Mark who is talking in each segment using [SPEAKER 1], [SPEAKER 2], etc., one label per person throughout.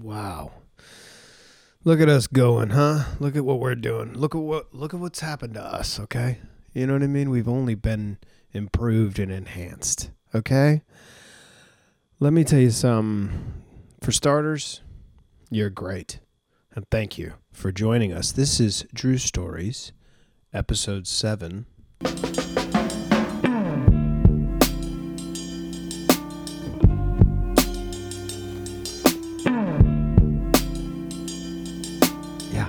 [SPEAKER 1] Wow. Look at us going, huh? Look at what we're doing. Look at what look at what's happened to us, okay? You know what I mean? We've only been improved and enhanced, okay? Let me tell you something. For starters, you're great. And thank you for joining us. This is Drew Stories, episode 7. Yeah.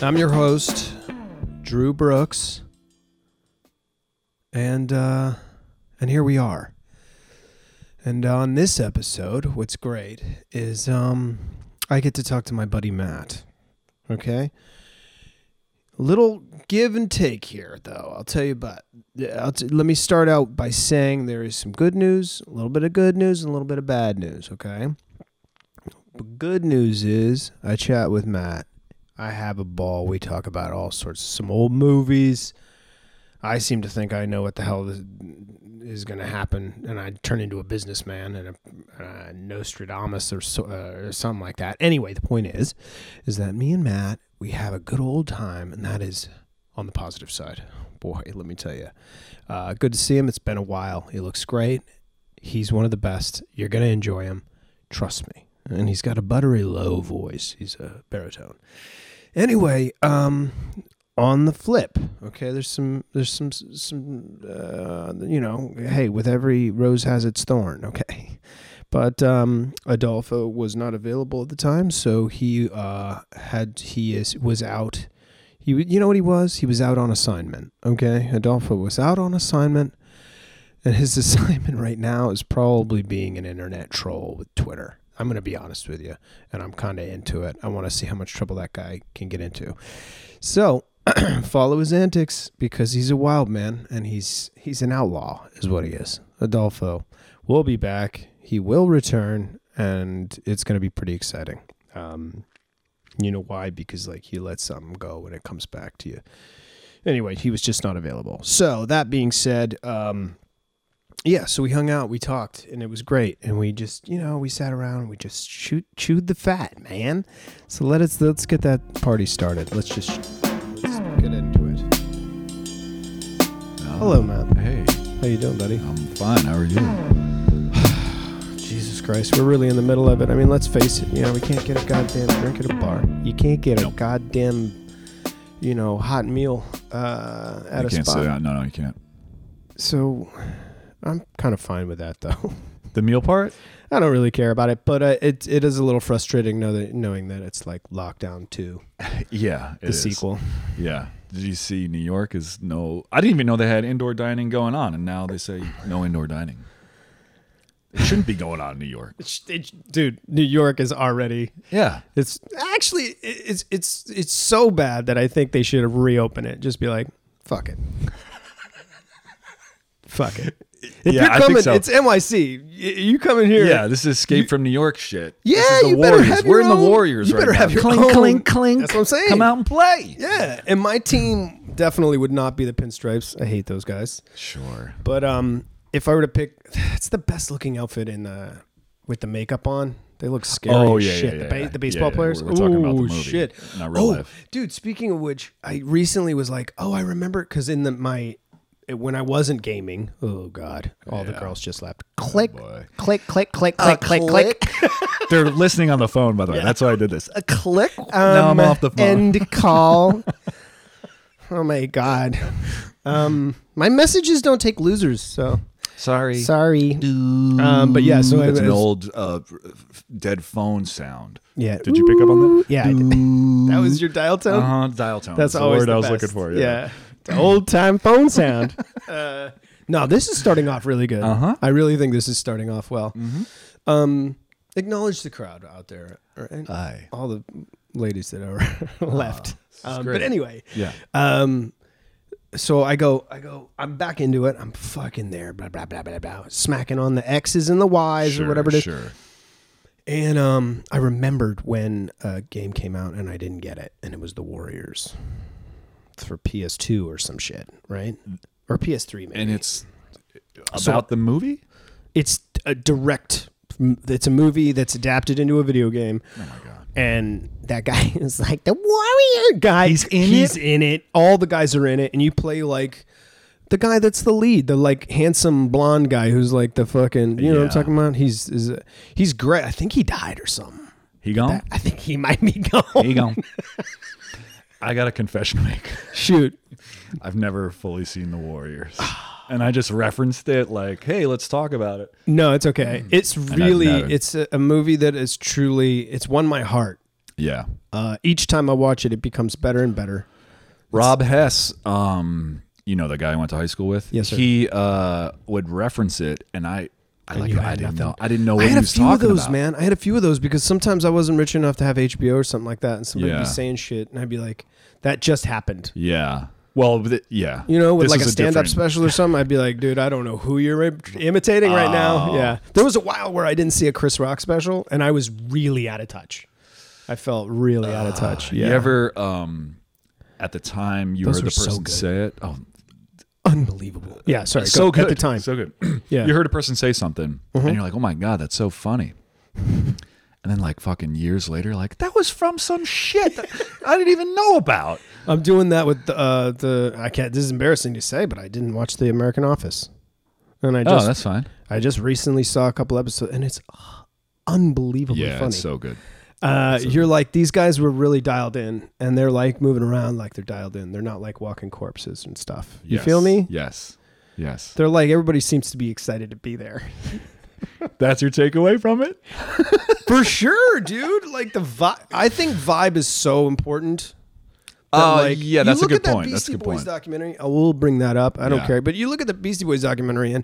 [SPEAKER 1] I'm your host, Drew Brooks. And uh and here we are. And on this episode, what's great is um I get to talk to my buddy Matt. Okay? Little give and take here though. I'll tell you about I'll t- let me start out by saying there is some good news, a little bit of good news and a little bit of bad news, okay? But good news is I chat with Matt. I have a ball. We talk about all sorts of some old movies. I seem to think I know what the hell this is going to happen, and I turn into a businessman and a, a Nostradamus or so, uh, or something like that. Anyway, the point is, is that me and Matt we have a good old time, and that is on the positive side. Boy, let me tell you, uh, good to see him. It's been a while. He looks great. He's one of the best. You're gonna enjoy him. Trust me. And he's got a buttery low voice. He's a baritone. Anyway, um, on the flip, okay. There's some, there's some, some, uh, you know, hey, with every rose has its thorn, okay. But um, Adolfo was not available at the time, so he uh, had he is was out. He, you know what he was? He was out on assignment. Okay, Adolfo was out on assignment. And his assignment right now is probably being an internet troll with Twitter. I'm going to be honest with you, and I'm kind of into it. I want to see how much trouble that guy can get into. So, follow his antics because he's a wild man and he's he's an outlaw is what he is. Adolfo will be back. He will return and it's going to be pretty exciting. Um you know why? Because like he lets something go and it comes back to you. Anyway, he was just not available. So, that being said, um yeah, so we hung out, we talked, and it was great. And we just, you know, we sat around, and we just shoot, chewed the fat, man. So let us let's get that party started. Let's just let's get into it. Hello, Matt.
[SPEAKER 2] Hey,
[SPEAKER 1] How you doing, buddy?
[SPEAKER 2] I'm fine. How are you?
[SPEAKER 1] Jesus Christ, we're really in the middle of it. I mean, let's face it. You know, we can't get a goddamn drink at a bar. You can't get a goddamn, you know, hot meal uh, at
[SPEAKER 2] you
[SPEAKER 1] a
[SPEAKER 2] can't
[SPEAKER 1] spot.
[SPEAKER 2] sit down. No, no, you can't.
[SPEAKER 1] So, I'm kind of fine with that, though.
[SPEAKER 2] The meal part?
[SPEAKER 1] I don't really care about it, but uh, it it is a little frustrating know that, knowing that it's like Lockdown Two,
[SPEAKER 2] Yeah,
[SPEAKER 1] the sequel.
[SPEAKER 2] Yeah. Did you see New York is no? I didn't even know they had indoor dining going on, and now they say no indoor dining. It shouldn't be going on in New York.
[SPEAKER 1] It's- it's- Dude, New York is already.
[SPEAKER 2] Yeah,
[SPEAKER 1] It's actually it- it's it's it's so bad that I think they should have reopened it. Just be like, fuck it, fuck it. If
[SPEAKER 2] Yeah,
[SPEAKER 1] you're
[SPEAKER 2] I
[SPEAKER 1] coming,
[SPEAKER 2] think so.
[SPEAKER 1] it's NYC. Y- You coming here?
[SPEAKER 2] yeah. This is escape from New York shit.
[SPEAKER 1] Yeah,
[SPEAKER 2] this is the
[SPEAKER 1] you better
[SPEAKER 2] Warriors.
[SPEAKER 1] have
[SPEAKER 2] We're
[SPEAKER 1] your
[SPEAKER 2] in the
[SPEAKER 1] own-
[SPEAKER 2] Warriors
[SPEAKER 1] you
[SPEAKER 2] right
[SPEAKER 1] better
[SPEAKER 2] now.
[SPEAKER 1] have your
[SPEAKER 2] clink,
[SPEAKER 1] own-
[SPEAKER 2] clink, clink.
[SPEAKER 1] That's what I'm saying.
[SPEAKER 2] Come out and play.
[SPEAKER 1] yeah. And my team definitely would not be the Pinstripes. I hate those guys.
[SPEAKER 2] Sure.
[SPEAKER 1] But um, if I were to pick, it's the best looking outfit in the with the makeup on. They look scary.
[SPEAKER 2] Oh,
[SPEAKER 1] as
[SPEAKER 2] yeah,
[SPEAKER 1] shit.
[SPEAKER 2] yeah,
[SPEAKER 1] the,
[SPEAKER 2] yeah,
[SPEAKER 1] ba-
[SPEAKER 2] yeah.
[SPEAKER 1] the baseball
[SPEAKER 2] Yeah, yeah,
[SPEAKER 1] players.
[SPEAKER 2] we're- we're talking about the
[SPEAKER 1] Ooh,
[SPEAKER 2] movie,
[SPEAKER 1] shit.
[SPEAKER 2] not real
[SPEAKER 1] oh,
[SPEAKER 2] life.
[SPEAKER 1] dude. Speaking of which, I recently was like, oh, I remember because in the my when I wasn't gaming. Oh God, all the
[SPEAKER 2] Yeah. Oh,
[SPEAKER 1] girls just left. Click,
[SPEAKER 2] boy.
[SPEAKER 1] click, click, click, click, click, click,
[SPEAKER 2] They're listening on the phone, by the way. That's why I did this.
[SPEAKER 1] a click. Um,
[SPEAKER 2] Now I'm off the phone.
[SPEAKER 1] End call. oh my God. Um, my messages don't take losers, so
[SPEAKER 2] Sorry.
[SPEAKER 1] sorry.
[SPEAKER 2] Um,
[SPEAKER 1] but yeah, so I
[SPEAKER 2] it's an
[SPEAKER 1] was-
[SPEAKER 2] old uh, f- dead phone sound.
[SPEAKER 1] Yeah.
[SPEAKER 2] Did you pick up on that?
[SPEAKER 1] Yeah, I did. that was your dial tone.
[SPEAKER 2] Uh-huh, dial tone.
[SPEAKER 1] Mm-hmm. That's
[SPEAKER 2] is the
[SPEAKER 1] always
[SPEAKER 2] word
[SPEAKER 1] the
[SPEAKER 2] I was
[SPEAKER 1] best.
[SPEAKER 2] looking for.
[SPEAKER 1] Yeah, The old time phone sound. uh, no, this is starting off really good.
[SPEAKER 2] Uh-huh.
[SPEAKER 1] I really think this is starting off well. Um, acknowledge the crowd out there, or- and
[SPEAKER 2] Aye.
[SPEAKER 1] all the ladies that are left.
[SPEAKER 2] is
[SPEAKER 1] Um,
[SPEAKER 2] great.
[SPEAKER 1] but anyway,
[SPEAKER 2] Yeah.
[SPEAKER 1] um, so I go, I go, I'm back into it. I'm fucking there. Blah blah blah blah blah. Smacking on the X's and the Y's or whatever it is.
[SPEAKER 2] Sure.
[SPEAKER 1] And um, I remembered when a game came out and I didn't get it, and it was the Warriors for PS2 or some shit, right? Or PS3, maybe.
[SPEAKER 2] And it's about
[SPEAKER 1] So-
[SPEAKER 2] the movie?
[SPEAKER 1] it's a direct It's a movie that's adapted into a video game,
[SPEAKER 2] Oh my god.
[SPEAKER 1] and that guy is like the warrior guy.
[SPEAKER 2] He's in
[SPEAKER 1] He's
[SPEAKER 2] it?
[SPEAKER 1] in it. All the guys are in it, and you play like the guy that's the lead, the like handsome blonde guy who's like the fucking. You know what I'm
[SPEAKER 2] Yeah.
[SPEAKER 1] talking about? He's is he's great. I think he died or something.
[SPEAKER 2] He gone?
[SPEAKER 1] I think he might be gone.
[SPEAKER 2] He gone. I got a confession to make.
[SPEAKER 1] Shoot.
[SPEAKER 2] I've never fully seen The Warriors. And I just referenced it like, hey, let's talk about it.
[SPEAKER 1] No, it's okay. It's
[SPEAKER 2] I've
[SPEAKER 1] really
[SPEAKER 2] never-
[SPEAKER 1] it's a, a movie that is truly it's won my heart.
[SPEAKER 2] Yeah.
[SPEAKER 1] Uh, each time I watch it, it becomes better and better.
[SPEAKER 2] Rob Hess, um, you know the guy I went to high school with.
[SPEAKER 1] Yes, sir.
[SPEAKER 2] He uh, would reference it, and I, I like,
[SPEAKER 1] you
[SPEAKER 2] I
[SPEAKER 1] had
[SPEAKER 2] didn't
[SPEAKER 1] nothing.
[SPEAKER 2] know, I didn't know Oh, what
[SPEAKER 1] I had
[SPEAKER 2] he
[SPEAKER 1] a
[SPEAKER 2] was
[SPEAKER 1] few of
[SPEAKER 2] talking
[SPEAKER 1] those,
[SPEAKER 2] about.
[SPEAKER 1] man. I had a few of those because sometimes I wasn't rich enough to have HBO or something like that, and somebody would
[SPEAKER 2] Yeah.
[SPEAKER 1] be saying shit, and I'd be like, "That just happened,"
[SPEAKER 2] Yeah. Well, th- yeah.
[SPEAKER 1] you know, with
[SPEAKER 2] This
[SPEAKER 1] like a
[SPEAKER 2] is
[SPEAKER 1] stand-up
[SPEAKER 2] different-
[SPEAKER 1] special or something. I'd be like, "Dude, I don't know who you're im- imitating right
[SPEAKER 2] Oh.
[SPEAKER 1] now." Yeah, there was a while where I didn't see a Chris Rock special, and I was really out of touch. I felt really out of touch. Yeah,
[SPEAKER 2] Ah, You ever, um, at the time you
[SPEAKER 1] Those
[SPEAKER 2] heard
[SPEAKER 1] were
[SPEAKER 2] the
[SPEAKER 1] so
[SPEAKER 2] person
[SPEAKER 1] good.
[SPEAKER 2] say it? Oh,
[SPEAKER 1] unbelievable. Yeah, sorry,
[SPEAKER 2] so
[SPEAKER 1] go-
[SPEAKER 2] good
[SPEAKER 1] at the time.
[SPEAKER 2] So good.
[SPEAKER 1] Yeah. Mm-hmm.
[SPEAKER 2] You heard a person say something, and you're like, oh my God, that's so funny. And then, like, fucking years later, like, that was from some shit that I didn't even know about.
[SPEAKER 1] I'm doing that with the, uh, the I can't. This is embarrassing to say, but I didn't watch The American Office, and I
[SPEAKER 2] oh,
[SPEAKER 1] just
[SPEAKER 2] that's fine.
[SPEAKER 1] I just recently saw a couple episodes, and it's unbelievably
[SPEAKER 2] Yeah,
[SPEAKER 1] funny.
[SPEAKER 2] it's so good.
[SPEAKER 1] uh, you're like these guys were really dialed in, and they're like moving around like they're dialed in. They're not like walking corpses and stuff. You
[SPEAKER 2] Yes.
[SPEAKER 1] feel me?
[SPEAKER 2] Yes. Yes.
[SPEAKER 1] They're like everybody seems to be excited to be there.
[SPEAKER 2] That's your takeaway from it?
[SPEAKER 1] For sure, dude. Like the vibe. I think vibe is so important. that,
[SPEAKER 2] Uh,
[SPEAKER 1] like,
[SPEAKER 2] yeah,
[SPEAKER 1] you
[SPEAKER 2] that's a
[SPEAKER 1] look
[SPEAKER 2] good
[SPEAKER 1] at that
[SPEAKER 2] point.
[SPEAKER 1] Beastie
[SPEAKER 2] That's a good
[SPEAKER 1] Boys
[SPEAKER 2] point.
[SPEAKER 1] documentary. I will bring that up. I don't
[SPEAKER 2] Yeah.
[SPEAKER 1] care. But you look at the Beastie Boys documentary and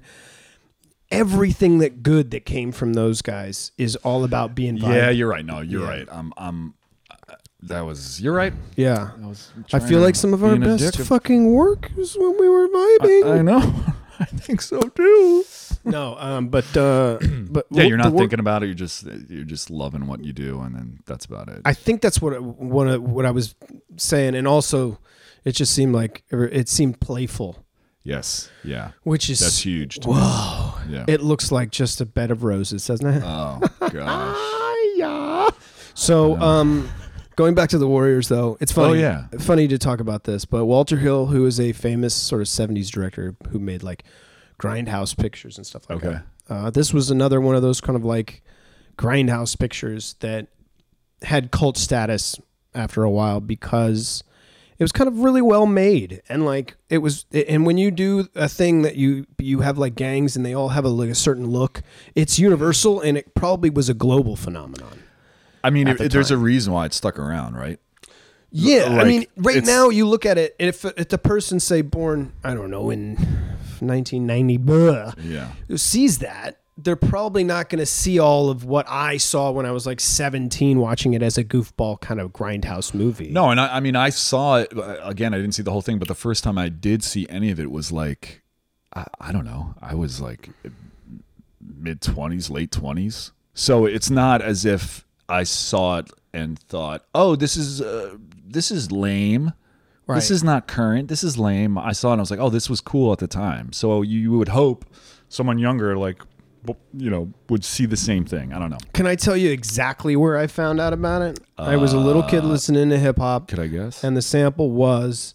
[SPEAKER 1] everything that good that came from those guys is all about being vibe.
[SPEAKER 2] Yeah, you're right. No, you're right. I'm, I'm, uh, that was, you're right.
[SPEAKER 1] Yeah.
[SPEAKER 2] I was
[SPEAKER 1] I
[SPEAKER 2] trying
[SPEAKER 1] feel
[SPEAKER 2] to
[SPEAKER 1] like some of our
[SPEAKER 2] be an
[SPEAKER 1] best
[SPEAKER 2] addictive-
[SPEAKER 1] fucking work is when we were vibing.
[SPEAKER 2] I know. I think so too.
[SPEAKER 1] no, um, but uh, but
[SPEAKER 2] Yeah, you're
[SPEAKER 1] the
[SPEAKER 2] not
[SPEAKER 1] work-
[SPEAKER 2] thinking about it. You're just you're just loving what you do, and then that's about it.
[SPEAKER 1] I think that's what one of what I was saying, and also it just seemed like it seemed playful,
[SPEAKER 2] yes. Yeah.
[SPEAKER 1] which is
[SPEAKER 2] That's huge. To
[SPEAKER 1] Whoa.
[SPEAKER 2] Me. Yeah.
[SPEAKER 1] It looks like just a bed of roses, doesn't it?
[SPEAKER 2] oh gosh.
[SPEAKER 1] yeah. So, um, going back to the Warriors, though, it's funny.
[SPEAKER 2] Oh, yeah.
[SPEAKER 1] funny to talk about this. But Walter Hill, who is a famous sort of '70s director who made like grindhouse pictures and stuff like
[SPEAKER 2] Okay.
[SPEAKER 1] that. Uh, this was another one of those kind of like grindhouse pictures that had cult status after a while because it was kind of really well made and like it was and when you do a thing that you you have like gangs and they all have a, like a certain look it's universal and it probably was a global phenomenon
[SPEAKER 2] I mean,
[SPEAKER 1] At
[SPEAKER 2] it,
[SPEAKER 1] the
[SPEAKER 2] there's a
[SPEAKER 1] time.
[SPEAKER 2] reason why it stuck around, right?
[SPEAKER 1] yeah i
[SPEAKER 2] like,
[SPEAKER 1] mean right
[SPEAKER 2] it's-
[SPEAKER 1] now you look at it and if, if the person say born i don't know in 1990 blah,
[SPEAKER 2] Yeah.
[SPEAKER 1] who sees that they're probably not going to see all of what i saw when i was like 17 watching it as a goofball kind of grindhouse movie
[SPEAKER 2] No, and I, I mean, I saw it uh, again. I didn't see the whole thing, but the first time I did see any of it was like, I, I don't know. I was like uh, mid twenties, late twenties. So it's not as if I saw it and thought, "Oh, this is uh, this is lame.
[SPEAKER 1] Right.
[SPEAKER 2] This is not current. This is lame." I saw it. and I was like, "Oh, this was cool at the time." So you, you would hope someone younger, like, w- you know, would see the same thing. I don't know.
[SPEAKER 1] Can I tell you exactly where I found out about it? I was a little kid listening to hip hop,
[SPEAKER 2] Could Uh, I guess?
[SPEAKER 1] and the sample was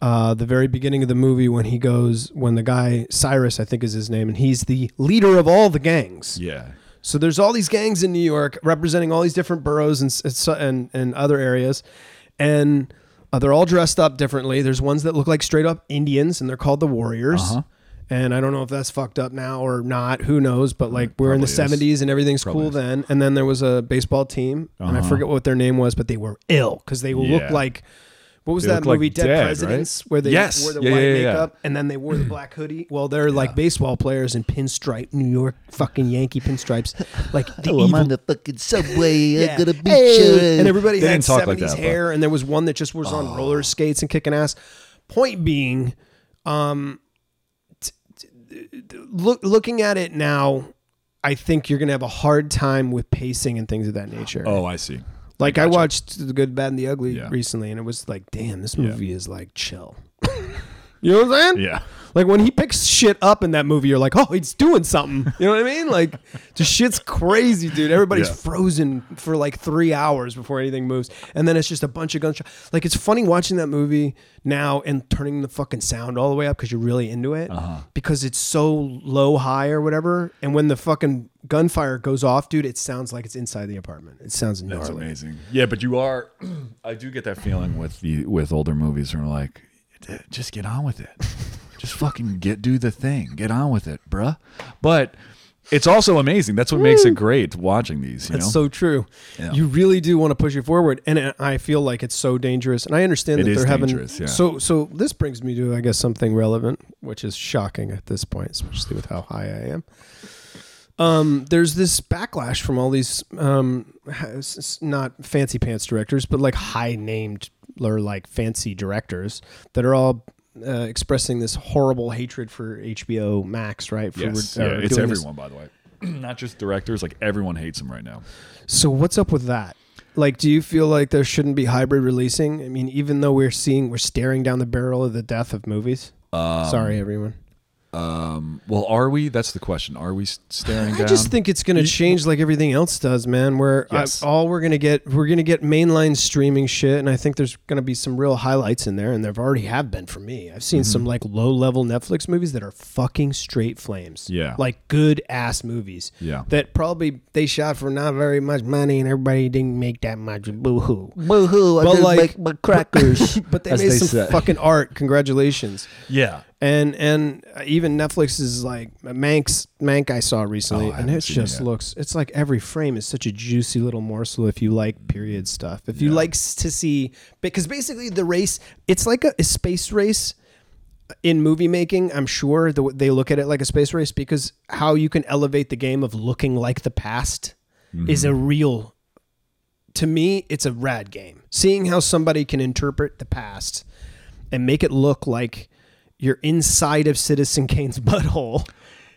[SPEAKER 1] uh, the very beginning of the movie when he goes, when the guy, Cyrus, I think is his name, and he's the leader of all the gangs.
[SPEAKER 2] yeah.
[SPEAKER 1] So there's all these gangs in New York representing all these different boroughs and, s- and, and other areas. And uh, they're all dressed up differently. There's ones that look like straight up Indians, and they're called the Warriors.
[SPEAKER 2] Uh-huh.
[SPEAKER 1] And I don't know if that's fucked up now or not. Who knows? But like we're in the
[SPEAKER 2] probably is.
[SPEAKER 1] 70s and everything's cool
[SPEAKER 2] is. Uh-huh.
[SPEAKER 1] then. And then there was a baseball team, and I forget what their name was, but they were ill because they looked
[SPEAKER 2] Yeah.
[SPEAKER 1] like what was
[SPEAKER 2] They
[SPEAKER 1] that
[SPEAKER 2] look like
[SPEAKER 1] movie Dead,
[SPEAKER 2] dead, right?
[SPEAKER 1] Presidents where they
[SPEAKER 2] Yes.
[SPEAKER 1] wore the
[SPEAKER 2] Yeah,
[SPEAKER 1] white
[SPEAKER 2] yeah, yeah, yeah.
[SPEAKER 1] makeup and then they wore the black hoodie. Well, they're like baseball players in pinstripe New York fucking Yankee pinstripes, like the
[SPEAKER 3] Oh, I'm
[SPEAKER 1] evil
[SPEAKER 3] on the fucking subway.
[SPEAKER 1] yeah.
[SPEAKER 3] I'm gonna beat
[SPEAKER 1] Hey!
[SPEAKER 3] you.
[SPEAKER 1] And everybody
[SPEAKER 2] They
[SPEAKER 1] had
[SPEAKER 2] didn't talk
[SPEAKER 1] 70s
[SPEAKER 2] like that, but- Oh.
[SPEAKER 1] hair, and there was one that just was on roller skates and kicking ass. Point being, um, t- t- t- look, looking at it now, I think you're going to have a hard time with pacing and things of that nature.
[SPEAKER 2] Oh, I see.
[SPEAKER 1] like, I watched The Good, Bad, and the Ugly
[SPEAKER 2] Yeah.
[SPEAKER 1] recently, and it was like, damn, this movie is like chill. You know what I'm saying?
[SPEAKER 2] Yeah.
[SPEAKER 1] Like when he picks shit up in that movie, you're like, oh, he's doing something. You know what I mean? Like, just shit's crazy, dude. Everybody's
[SPEAKER 2] Yeah.
[SPEAKER 1] frozen for like three hours before anything moves, and then it's just a bunch of gunshots. Like, it's funny watching that movie now and turning the fucking sound all the way up because you're really into it
[SPEAKER 2] Uh-huh.
[SPEAKER 1] because it's so low high or whatever. And when the fucking gunfire goes off, dude, it sounds like it's inside the apartment. It sounds gnarly.
[SPEAKER 2] That's amazing. Yeah, but you are. I do get that feeling with the with older movies, where I'm like, "D- just get on with it. just fucking get do the thing. Get on with it, bruh. But it's also amazing. That's what makes it great watching these. You
[SPEAKER 1] That's
[SPEAKER 2] know,
[SPEAKER 1] so true.
[SPEAKER 2] Yeah.
[SPEAKER 1] You really do want to push it forward, and it- I feel like it's so dangerous. And I understand
[SPEAKER 2] It
[SPEAKER 1] that
[SPEAKER 2] is
[SPEAKER 1] they're having
[SPEAKER 2] dangerous, yeah.
[SPEAKER 1] so. So this brings me to, I guess, something relevant, which is shocking at this point, especially with how high I am. Um, there's this backlash from all these um, ha- s- s- not fancy pants directors, but like high named or like fancy directors that are all. Uh, expressing this horrible hatred for HBO Max, right? For
[SPEAKER 2] yes,
[SPEAKER 1] re-
[SPEAKER 2] yeah,
[SPEAKER 1] or
[SPEAKER 2] it's
[SPEAKER 1] doing this-
[SPEAKER 2] everyone. By the way, not just directors. Like everyone hates them right now.
[SPEAKER 1] so what's up with that? Like, do you feel like there shouldn't be hybrid releasing? I mean, even though we're seeing, we're staring down the barrel of the death of movies.
[SPEAKER 2] Um,
[SPEAKER 1] Sorry, everyone.
[SPEAKER 2] Well, are we? That's the question. Are we s- staring
[SPEAKER 1] I
[SPEAKER 2] down?
[SPEAKER 1] just think it's going to change like everything else does, man. Where I-
[SPEAKER 2] Yes.
[SPEAKER 1] all we're going to get, we're going to get mainline streaming shit, and I think there's going to be some real highlights in there, and there already have been for me. I've seen
[SPEAKER 2] Mm-hmm.
[SPEAKER 1] some like low level Netflix movies that are fucking straight flames.
[SPEAKER 2] Yeah.
[SPEAKER 1] like good ass movies.
[SPEAKER 2] Yeah.
[SPEAKER 1] that probably they shot for not very much money, and everybody didn't make that much. Boo hoo. Boo hoo. But like,
[SPEAKER 3] crackers.
[SPEAKER 1] but they
[SPEAKER 2] as
[SPEAKER 1] made
[SPEAKER 2] they
[SPEAKER 1] some
[SPEAKER 2] say.
[SPEAKER 1] fucking art. Congratulations
[SPEAKER 2] yeah.
[SPEAKER 1] and and uh, even Netflix is like uh, Manx Mank I saw recently,
[SPEAKER 2] Oh, I
[SPEAKER 1] and
[SPEAKER 2] haven't
[SPEAKER 1] it
[SPEAKER 2] seen it
[SPEAKER 1] just
[SPEAKER 2] yet.
[SPEAKER 1] looks it's like every frame is such a juicy little morsel if you like period stuff. If you
[SPEAKER 2] Yeah.
[SPEAKER 1] like s- to see because basically the race it's like a, a space race uh, in movie making. I'm sure the, w- they look at it like a space race because how you can elevate the game of looking like the past is a
[SPEAKER 2] Mm-hmm.
[SPEAKER 1] real to me, it's a rad game. Seeing how somebody can interpret the past and make it look like you're inside of Citizen Kane's butthole.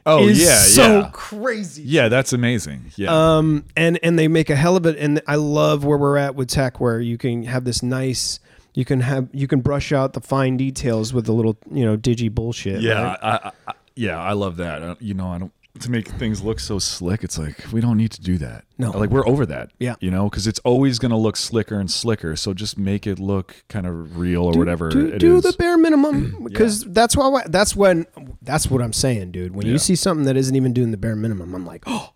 [SPEAKER 2] Oh
[SPEAKER 1] is
[SPEAKER 2] yeah.
[SPEAKER 1] so
[SPEAKER 2] yeah.
[SPEAKER 1] crazy.
[SPEAKER 2] Yeah, that's amazing. Yeah.
[SPEAKER 1] Um, and and they make a hell of it. And I love where we're at with tech, where you can have this nice, you can have you can brush out the fine details with the little you know digi bullshit.
[SPEAKER 2] Yeah,
[SPEAKER 1] right?
[SPEAKER 2] I, I, I, yeah, I love that. Uh, You know, I don't to make things look so slick. It's like we don't need to do that.
[SPEAKER 1] No.
[SPEAKER 2] like we're over that.
[SPEAKER 1] Yeah.
[SPEAKER 2] you know, because it's always going to look slicker and slicker. So just make it look kind of real or whatever
[SPEAKER 1] do,
[SPEAKER 2] it is.
[SPEAKER 1] do the bare minimum because that's why that's when that's what i'm saying dude when
[SPEAKER 2] Yeah.
[SPEAKER 1] you see something that isn't even doing the bare minimum i'm like oh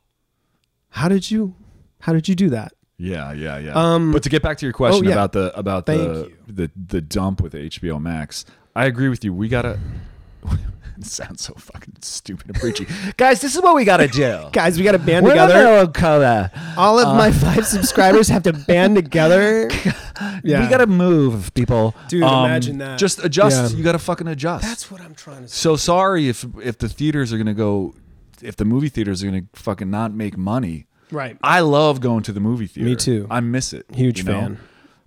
[SPEAKER 1] how did you how did you do that
[SPEAKER 2] yeah, yeah, yeah. Um, but to get back to your question
[SPEAKER 1] oh, yeah.
[SPEAKER 2] about the about the,
[SPEAKER 1] Thank
[SPEAKER 2] the the dump with HBO Max, I agree with you. We gotta. it sounds so fucking stupid and preachy.
[SPEAKER 3] Guys, this is what we gotta do.
[SPEAKER 1] guys we gotta band
[SPEAKER 3] We're
[SPEAKER 1] together
[SPEAKER 3] gonna color.
[SPEAKER 1] all of my five subscribers have to band together yeah
[SPEAKER 3] We gotta move, people.
[SPEAKER 1] dude
[SPEAKER 2] Um,
[SPEAKER 1] imagine that
[SPEAKER 2] Just adjust.
[SPEAKER 1] Yeah.
[SPEAKER 2] You gotta fucking adjust.
[SPEAKER 1] that's what i'm trying to say
[SPEAKER 2] So sorry if if the theaters are gonna go, if the movie theaters are gonna fucking not make money.
[SPEAKER 1] right
[SPEAKER 2] I love going to the movie theater.
[SPEAKER 1] Me too.
[SPEAKER 2] I miss it.
[SPEAKER 1] Huge fan.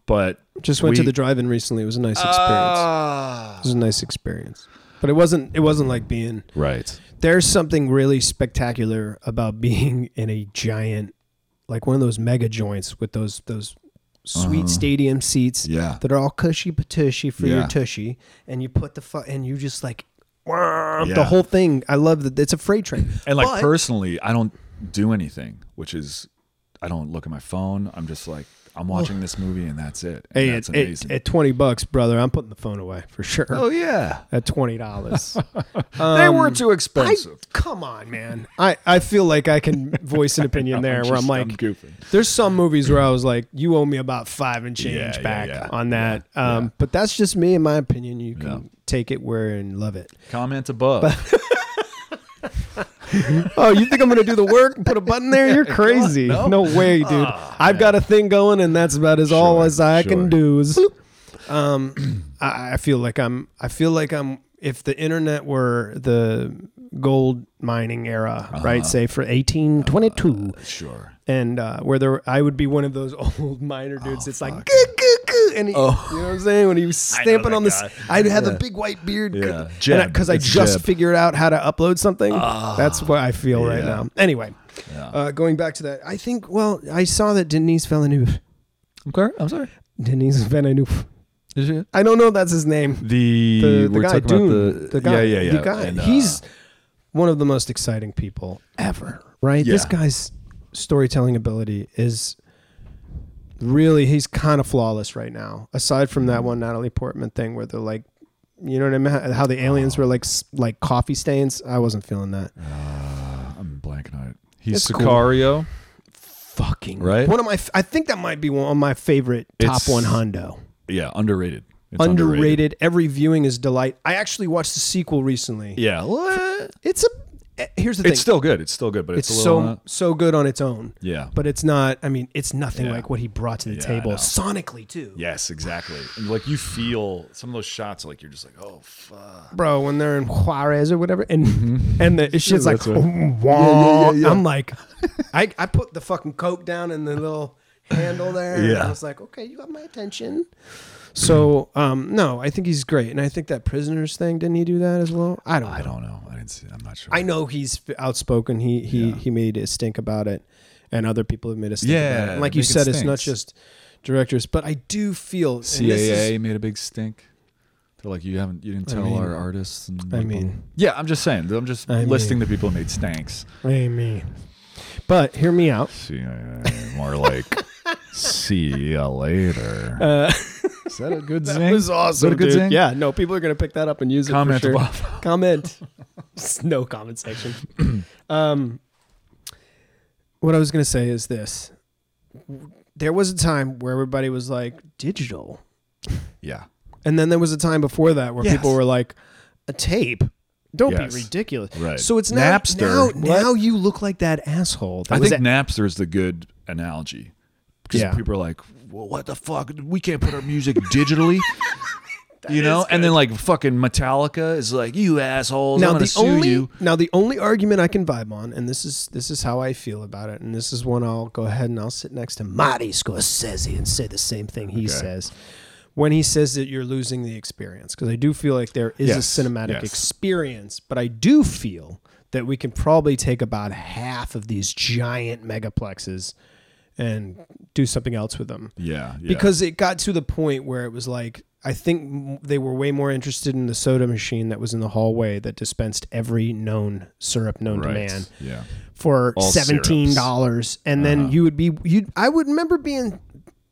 [SPEAKER 2] But
[SPEAKER 1] just went to
[SPEAKER 2] we-
[SPEAKER 1] the drive-in recently it was a nice experience
[SPEAKER 2] Ah.
[SPEAKER 1] it was a nice experience but it wasn't it wasn't like being
[SPEAKER 2] Ah. right.
[SPEAKER 1] there's something really spectacular about being in a giant like one of those mega joints with those those sweet stadium seats
[SPEAKER 2] Uh-huh. Yeah.
[SPEAKER 1] that are all cushy patushy for
[SPEAKER 2] Yeah.
[SPEAKER 1] your tushy and you put the fu- and you just like
[SPEAKER 2] Yeah.
[SPEAKER 1] the whole thing i love that it's a freight train
[SPEAKER 2] And like
[SPEAKER 1] But-
[SPEAKER 2] personally, I don't do anything, which is I don't look at my phone. I'm just like I'm watching this movie and that's it. And
[SPEAKER 1] hey
[SPEAKER 2] that's
[SPEAKER 1] at, at, at 20 bucks brother i'm putting the phone away for sure
[SPEAKER 2] oh yeah,
[SPEAKER 1] at $20
[SPEAKER 2] they were too
[SPEAKER 1] I,
[SPEAKER 2] expensive.
[SPEAKER 1] come on man i i feel like i can voice an opinion there where i'm
[SPEAKER 2] just-
[SPEAKER 1] like
[SPEAKER 2] I'm goofing.
[SPEAKER 1] There's some movies where I was like, you owe me about five and change
[SPEAKER 2] Yeah, yeah,
[SPEAKER 1] back
[SPEAKER 2] yeah,
[SPEAKER 1] on that. um, But that's just me, in my opinion. You can
[SPEAKER 2] Yeah.
[SPEAKER 1] take it where and love it.
[SPEAKER 2] Comment above.
[SPEAKER 1] Oh, you think I'm going to do the work and put a button there? You're crazy. No, way, dude. I've got a thing going, and that's about as all
[SPEAKER 2] Ah, Sure,
[SPEAKER 1] as I
[SPEAKER 2] sure.
[SPEAKER 1] can do. Is, um, I, I feel like I'm. I feel like I'm. If the internet were the gold mining era, right?
[SPEAKER 2] Uh-huh.
[SPEAKER 1] Say for
[SPEAKER 2] Uh,
[SPEAKER 1] 1822.
[SPEAKER 2] sure.
[SPEAKER 1] and uh, where there I would be one of those old
[SPEAKER 2] Oh,
[SPEAKER 1] miner dudes. that's like goo, goo, goo, and he, you know what I'm saying when he was stamping on this. I'd have a big white beard
[SPEAKER 2] Yeah. Jeb.
[SPEAKER 1] because I,
[SPEAKER 2] It's
[SPEAKER 1] just
[SPEAKER 2] Jeb. Ah.
[SPEAKER 1] figured out how to upload something. that's what I feel right
[SPEAKER 2] Yeah.
[SPEAKER 1] now. Anyway, uh, going back to that, I think. Well, I saw that Denise Villeneuve,
[SPEAKER 2] Okay, I'm sorry.
[SPEAKER 1] Denise Villeneuve,
[SPEAKER 2] Is it?
[SPEAKER 1] I don't know if that's his name.
[SPEAKER 2] The,
[SPEAKER 1] The, the
[SPEAKER 2] we're
[SPEAKER 1] guy,
[SPEAKER 2] talking
[SPEAKER 1] Dune.
[SPEAKER 2] about the,
[SPEAKER 1] the guy.
[SPEAKER 2] yeah, yeah, yeah.
[SPEAKER 1] The guy.
[SPEAKER 2] And, uh,
[SPEAKER 1] He's one of the most exciting people ever, right? This
[SPEAKER 2] Yeah.
[SPEAKER 1] guy's storytelling ability is really, he's kind of flawless right now, aside from that one Natalie Portman thing where they're like, you know what I mean? How the aliens were like s- like coffee stains. I wasn't feeling that.
[SPEAKER 2] I'm blanking on it. He's
[SPEAKER 1] It's cool.
[SPEAKER 2] Sicario.
[SPEAKER 1] Fucking
[SPEAKER 2] Right?
[SPEAKER 1] One of my, f- I think that might be one of my favorite
[SPEAKER 2] It's-
[SPEAKER 1] top one hundo.
[SPEAKER 2] Yeah, underrated. It's
[SPEAKER 1] underrated. Every viewing is delight. I actually watched the sequel recently.
[SPEAKER 2] Yeah,
[SPEAKER 1] It's a. eh, Here's the thing.
[SPEAKER 2] it's still good. It's still good, but
[SPEAKER 1] it's
[SPEAKER 2] it's, a little,
[SPEAKER 1] so
[SPEAKER 2] uh,
[SPEAKER 1] so good on its own.
[SPEAKER 2] yeah.
[SPEAKER 1] But it's not. I mean, it's nothing
[SPEAKER 2] Yeah.
[SPEAKER 1] like what he brought to the
[SPEAKER 2] Yeah, I
[SPEAKER 1] table
[SPEAKER 2] know.
[SPEAKER 1] sonically too.
[SPEAKER 2] yes, exactly. And like you feel some of those shots, like you're just like, oh fuck.
[SPEAKER 1] Bro, when they're in Juarez or whatever, and and the shit's like,
[SPEAKER 2] Mm-hmm. that's right.
[SPEAKER 1] "Wah." I'm like, I, I put the fucking coke down in the little handle there. And
[SPEAKER 2] Yeah.
[SPEAKER 1] I was like, okay, you got my attention. So, um, no, I think he's great, and I think that prisoners thing didn't he do that as well? I don't. Know.
[SPEAKER 2] I don't know. I didn't see. I'm not sure.
[SPEAKER 1] I know he's f- outspoken. He he he made a stink about it, and other people have made a stink about it.
[SPEAKER 2] Yeah,
[SPEAKER 1] And like you
[SPEAKER 2] making
[SPEAKER 1] said, it's not
[SPEAKER 2] stinks.
[SPEAKER 1] just directors, but I do feel and this
[SPEAKER 2] CIA
[SPEAKER 1] is-
[SPEAKER 2] made a big stink. They're like, you haven't, you didn't
[SPEAKER 1] I
[SPEAKER 2] tell
[SPEAKER 1] mean-
[SPEAKER 2] our artists. And
[SPEAKER 1] I mean-
[SPEAKER 2] yeah, I'm just saying. I'm just
[SPEAKER 1] I
[SPEAKER 2] listing
[SPEAKER 1] mean-
[SPEAKER 2] the people who made stanks.
[SPEAKER 1] I mean, but hear me out.
[SPEAKER 2] See, uh, more like, see ya later.
[SPEAKER 1] Uh,
[SPEAKER 2] Is that a good
[SPEAKER 1] that
[SPEAKER 2] zing?
[SPEAKER 1] was awesome,
[SPEAKER 2] good
[SPEAKER 1] dude.
[SPEAKER 2] zing?
[SPEAKER 1] Yeah, no, people are gonna pick that up and use
[SPEAKER 2] Comment
[SPEAKER 1] it. for sure.
[SPEAKER 2] above.
[SPEAKER 1] Comment. It's no comment section. Um, what I was gonna say is this: there was a time where everybody was like digital.
[SPEAKER 2] Yeah.
[SPEAKER 1] And then there was a time before that where
[SPEAKER 2] Yes.
[SPEAKER 1] people were like, a tape. Don't
[SPEAKER 2] Yes.
[SPEAKER 1] be ridiculous.
[SPEAKER 2] Right.
[SPEAKER 1] So it's now,
[SPEAKER 2] Napster.
[SPEAKER 1] Now, now you look like that asshole. That
[SPEAKER 2] I
[SPEAKER 1] was
[SPEAKER 2] think
[SPEAKER 1] a-
[SPEAKER 2] Napster is the good analogy. Because
[SPEAKER 1] Yeah.
[SPEAKER 2] people are like, well, what the fuck? We can't put our music digitally. you know? And then like fucking Metallica is like, you assholes,
[SPEAKER 1] now
[SPEAKER 2] I'm gonna
[SPEAKER 1] the
[SPEAKER 2] sue
[SPEAKER 1] only
[SPEAKER 2] you.
[SPEAKER 1] now the only argument I can vibe on, and this is this is how I feel about it, and this is one I'll go ahead and I'll sit next to Marty Scorsese and say the same thing he
[SPEAKER 2] Okay.
[SPEAKER 1] says when he says that you're losing the experience because I do feel like there is
[SPEAKER 2] Yes,
[SPEAKER 1] a cinematic
[SPEAKER 2] yes.
[SPEAKER 1] experience, but I do feel that we can probably take about half of these giant megaplexes and do something else with them
[SPEAKER 2] Yeah. yeah.
[SPEAKER 1] because it got to the point where it was like I think m- they were way more interested in the soda machine that was in the hallway that dispensed every known syrup known to
[SPEAKER 2] right.
[SPEAKER 1] man
[SPEAKER 2] Yeah.
[SPEAKER 1] for
[SPEAKER 2] All Uh-huh.
[SPEAKER 1] seventeen dollars, and then you would be you. I would remember being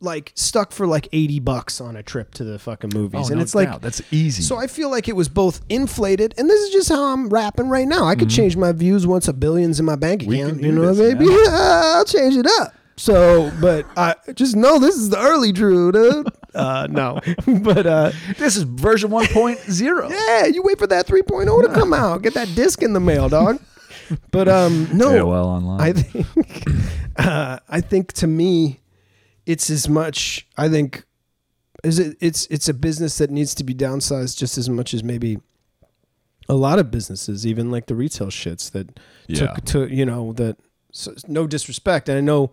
[SPEAKER 1] like stuck for like eighty bucks on a trip to the fucking movies,
[SPEAKER 2] Oh,
[SPEAKER 1] and
[SPEAKER 2] no
[SPEAKER 1] it's like
[SPEAKER 2] doubt. that's easy.
[SPEAKER 1] so I feel like it was both inflated, and this is just how I'm rapping right now. I could change my views once a billion's in my bank
[SPEAKER 2] Mm-hmm. We
[SPEAKER 1] account.
[SPEAKER 2] can
[SPEAKER 1] You
[SPEAKER 2] do
[SPEAKER 1] know what I
[SPEAKER 2] this,
[SPEAKER 1] mean? I'll change it up. So, but I just know this is the early Drew, dude. Uh, no, but uh,
[SPEAKER 2] this is version 1.0.
[SPEAKER 1] yeah, you wait for that 3.0 to come out. Get that disc in the mail, dog. But um, no,
[SPEAKER 2] AOL online.
[SPEAKER 1] I think uh, I think to me, it's as much. I think is it, it's it's a business that needs to be downsized just as much as maybe a lot of businesses, even like the retail shits that
[SPEAKER 2] Yeah.
[SPEAKER 1] took to you know that. So, no disrespect, and I know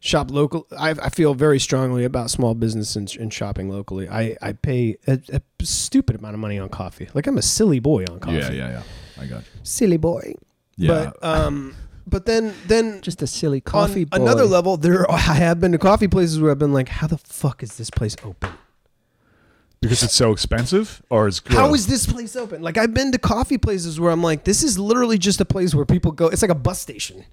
[SPEAKER 1] shop local. I, I feel very strongly about small business and, and shopping locally. I I pay a, a stupid amount of money on coffee. Like I'm a silly boy on coffee.
[SPEAKER 2] yeah, yeah, yeah. I got you.
[SPEAKER 1] Silly boy.
[SPEAKER 2] Yeah.
[SPEAKER 1] But um, but then then
[SPEAKER 3] Just a silly
[SPEAKER 1] on
[SPEAKER 3] coffee boy.
[SPEAKER 1] another level, there are, I have been to coffee places where I've been like, how the fuck is this place open?
[SPEAKER 2] because it's so expensive or it's good.
[SPEAKER 1] How is this place open? Like I've been to coffee places where I'm like, this is literally just a place where people go. It's like a bus station.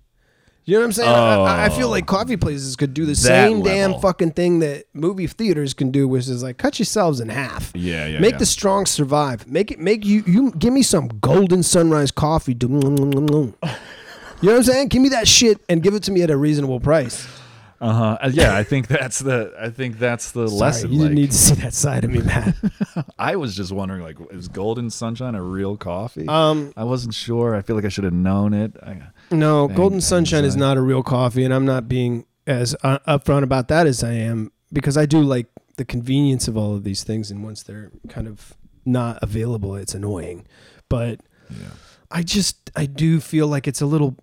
[SPEAKER 1] You know what I'm saying? I, I- I feel like coffee places could do the
[SPEAKER 2] Oh. That
[SPEAKER 1] same damn
[SPEAKER 2] level.
[SPEAKER 1] fucking thing that movie theaters can do, which is like cut yourselves in half.
[SPEAKER 2] Yeah, yeah,
[SPEAKER 1] Make
[SPEAKER 2] yeah.
[SPEAKER 1] the strong survive. Make it. Make you. You give me some golden sunrise coffee. You know what I'm saying? Give me that shit and give it to me at a reasonable price.
[SPEAKER 2] Uh-huh. Uh, Yeah, I think that's the I think that's the lesson.
[SPEAKER 1] Sorry, you
[SPEAKER 2] like,
[SPEAKER 1] didn't need to see that side of me, Matt.
[SPEAKER 2] I was just wondering, like, is Golden Sunshine a real coffee?
[SPEAKER 1] Uh,
[SPEAKER 2] I wasn't sure. I feel like I should have known it. I,
[SPEAKER 1] Um, No, Golden
[SPEAKER 2] and
[SPEAKER 1] Sunshine is
[SPEAKER 2] Sunshine.
[SPEAKER 1] not a real coffee, and I'm not being as uh, upfront about that as I am because I do like the convenience of all of these things, and once they're kind of not available, it's annoying. But I just I do feel like it's a little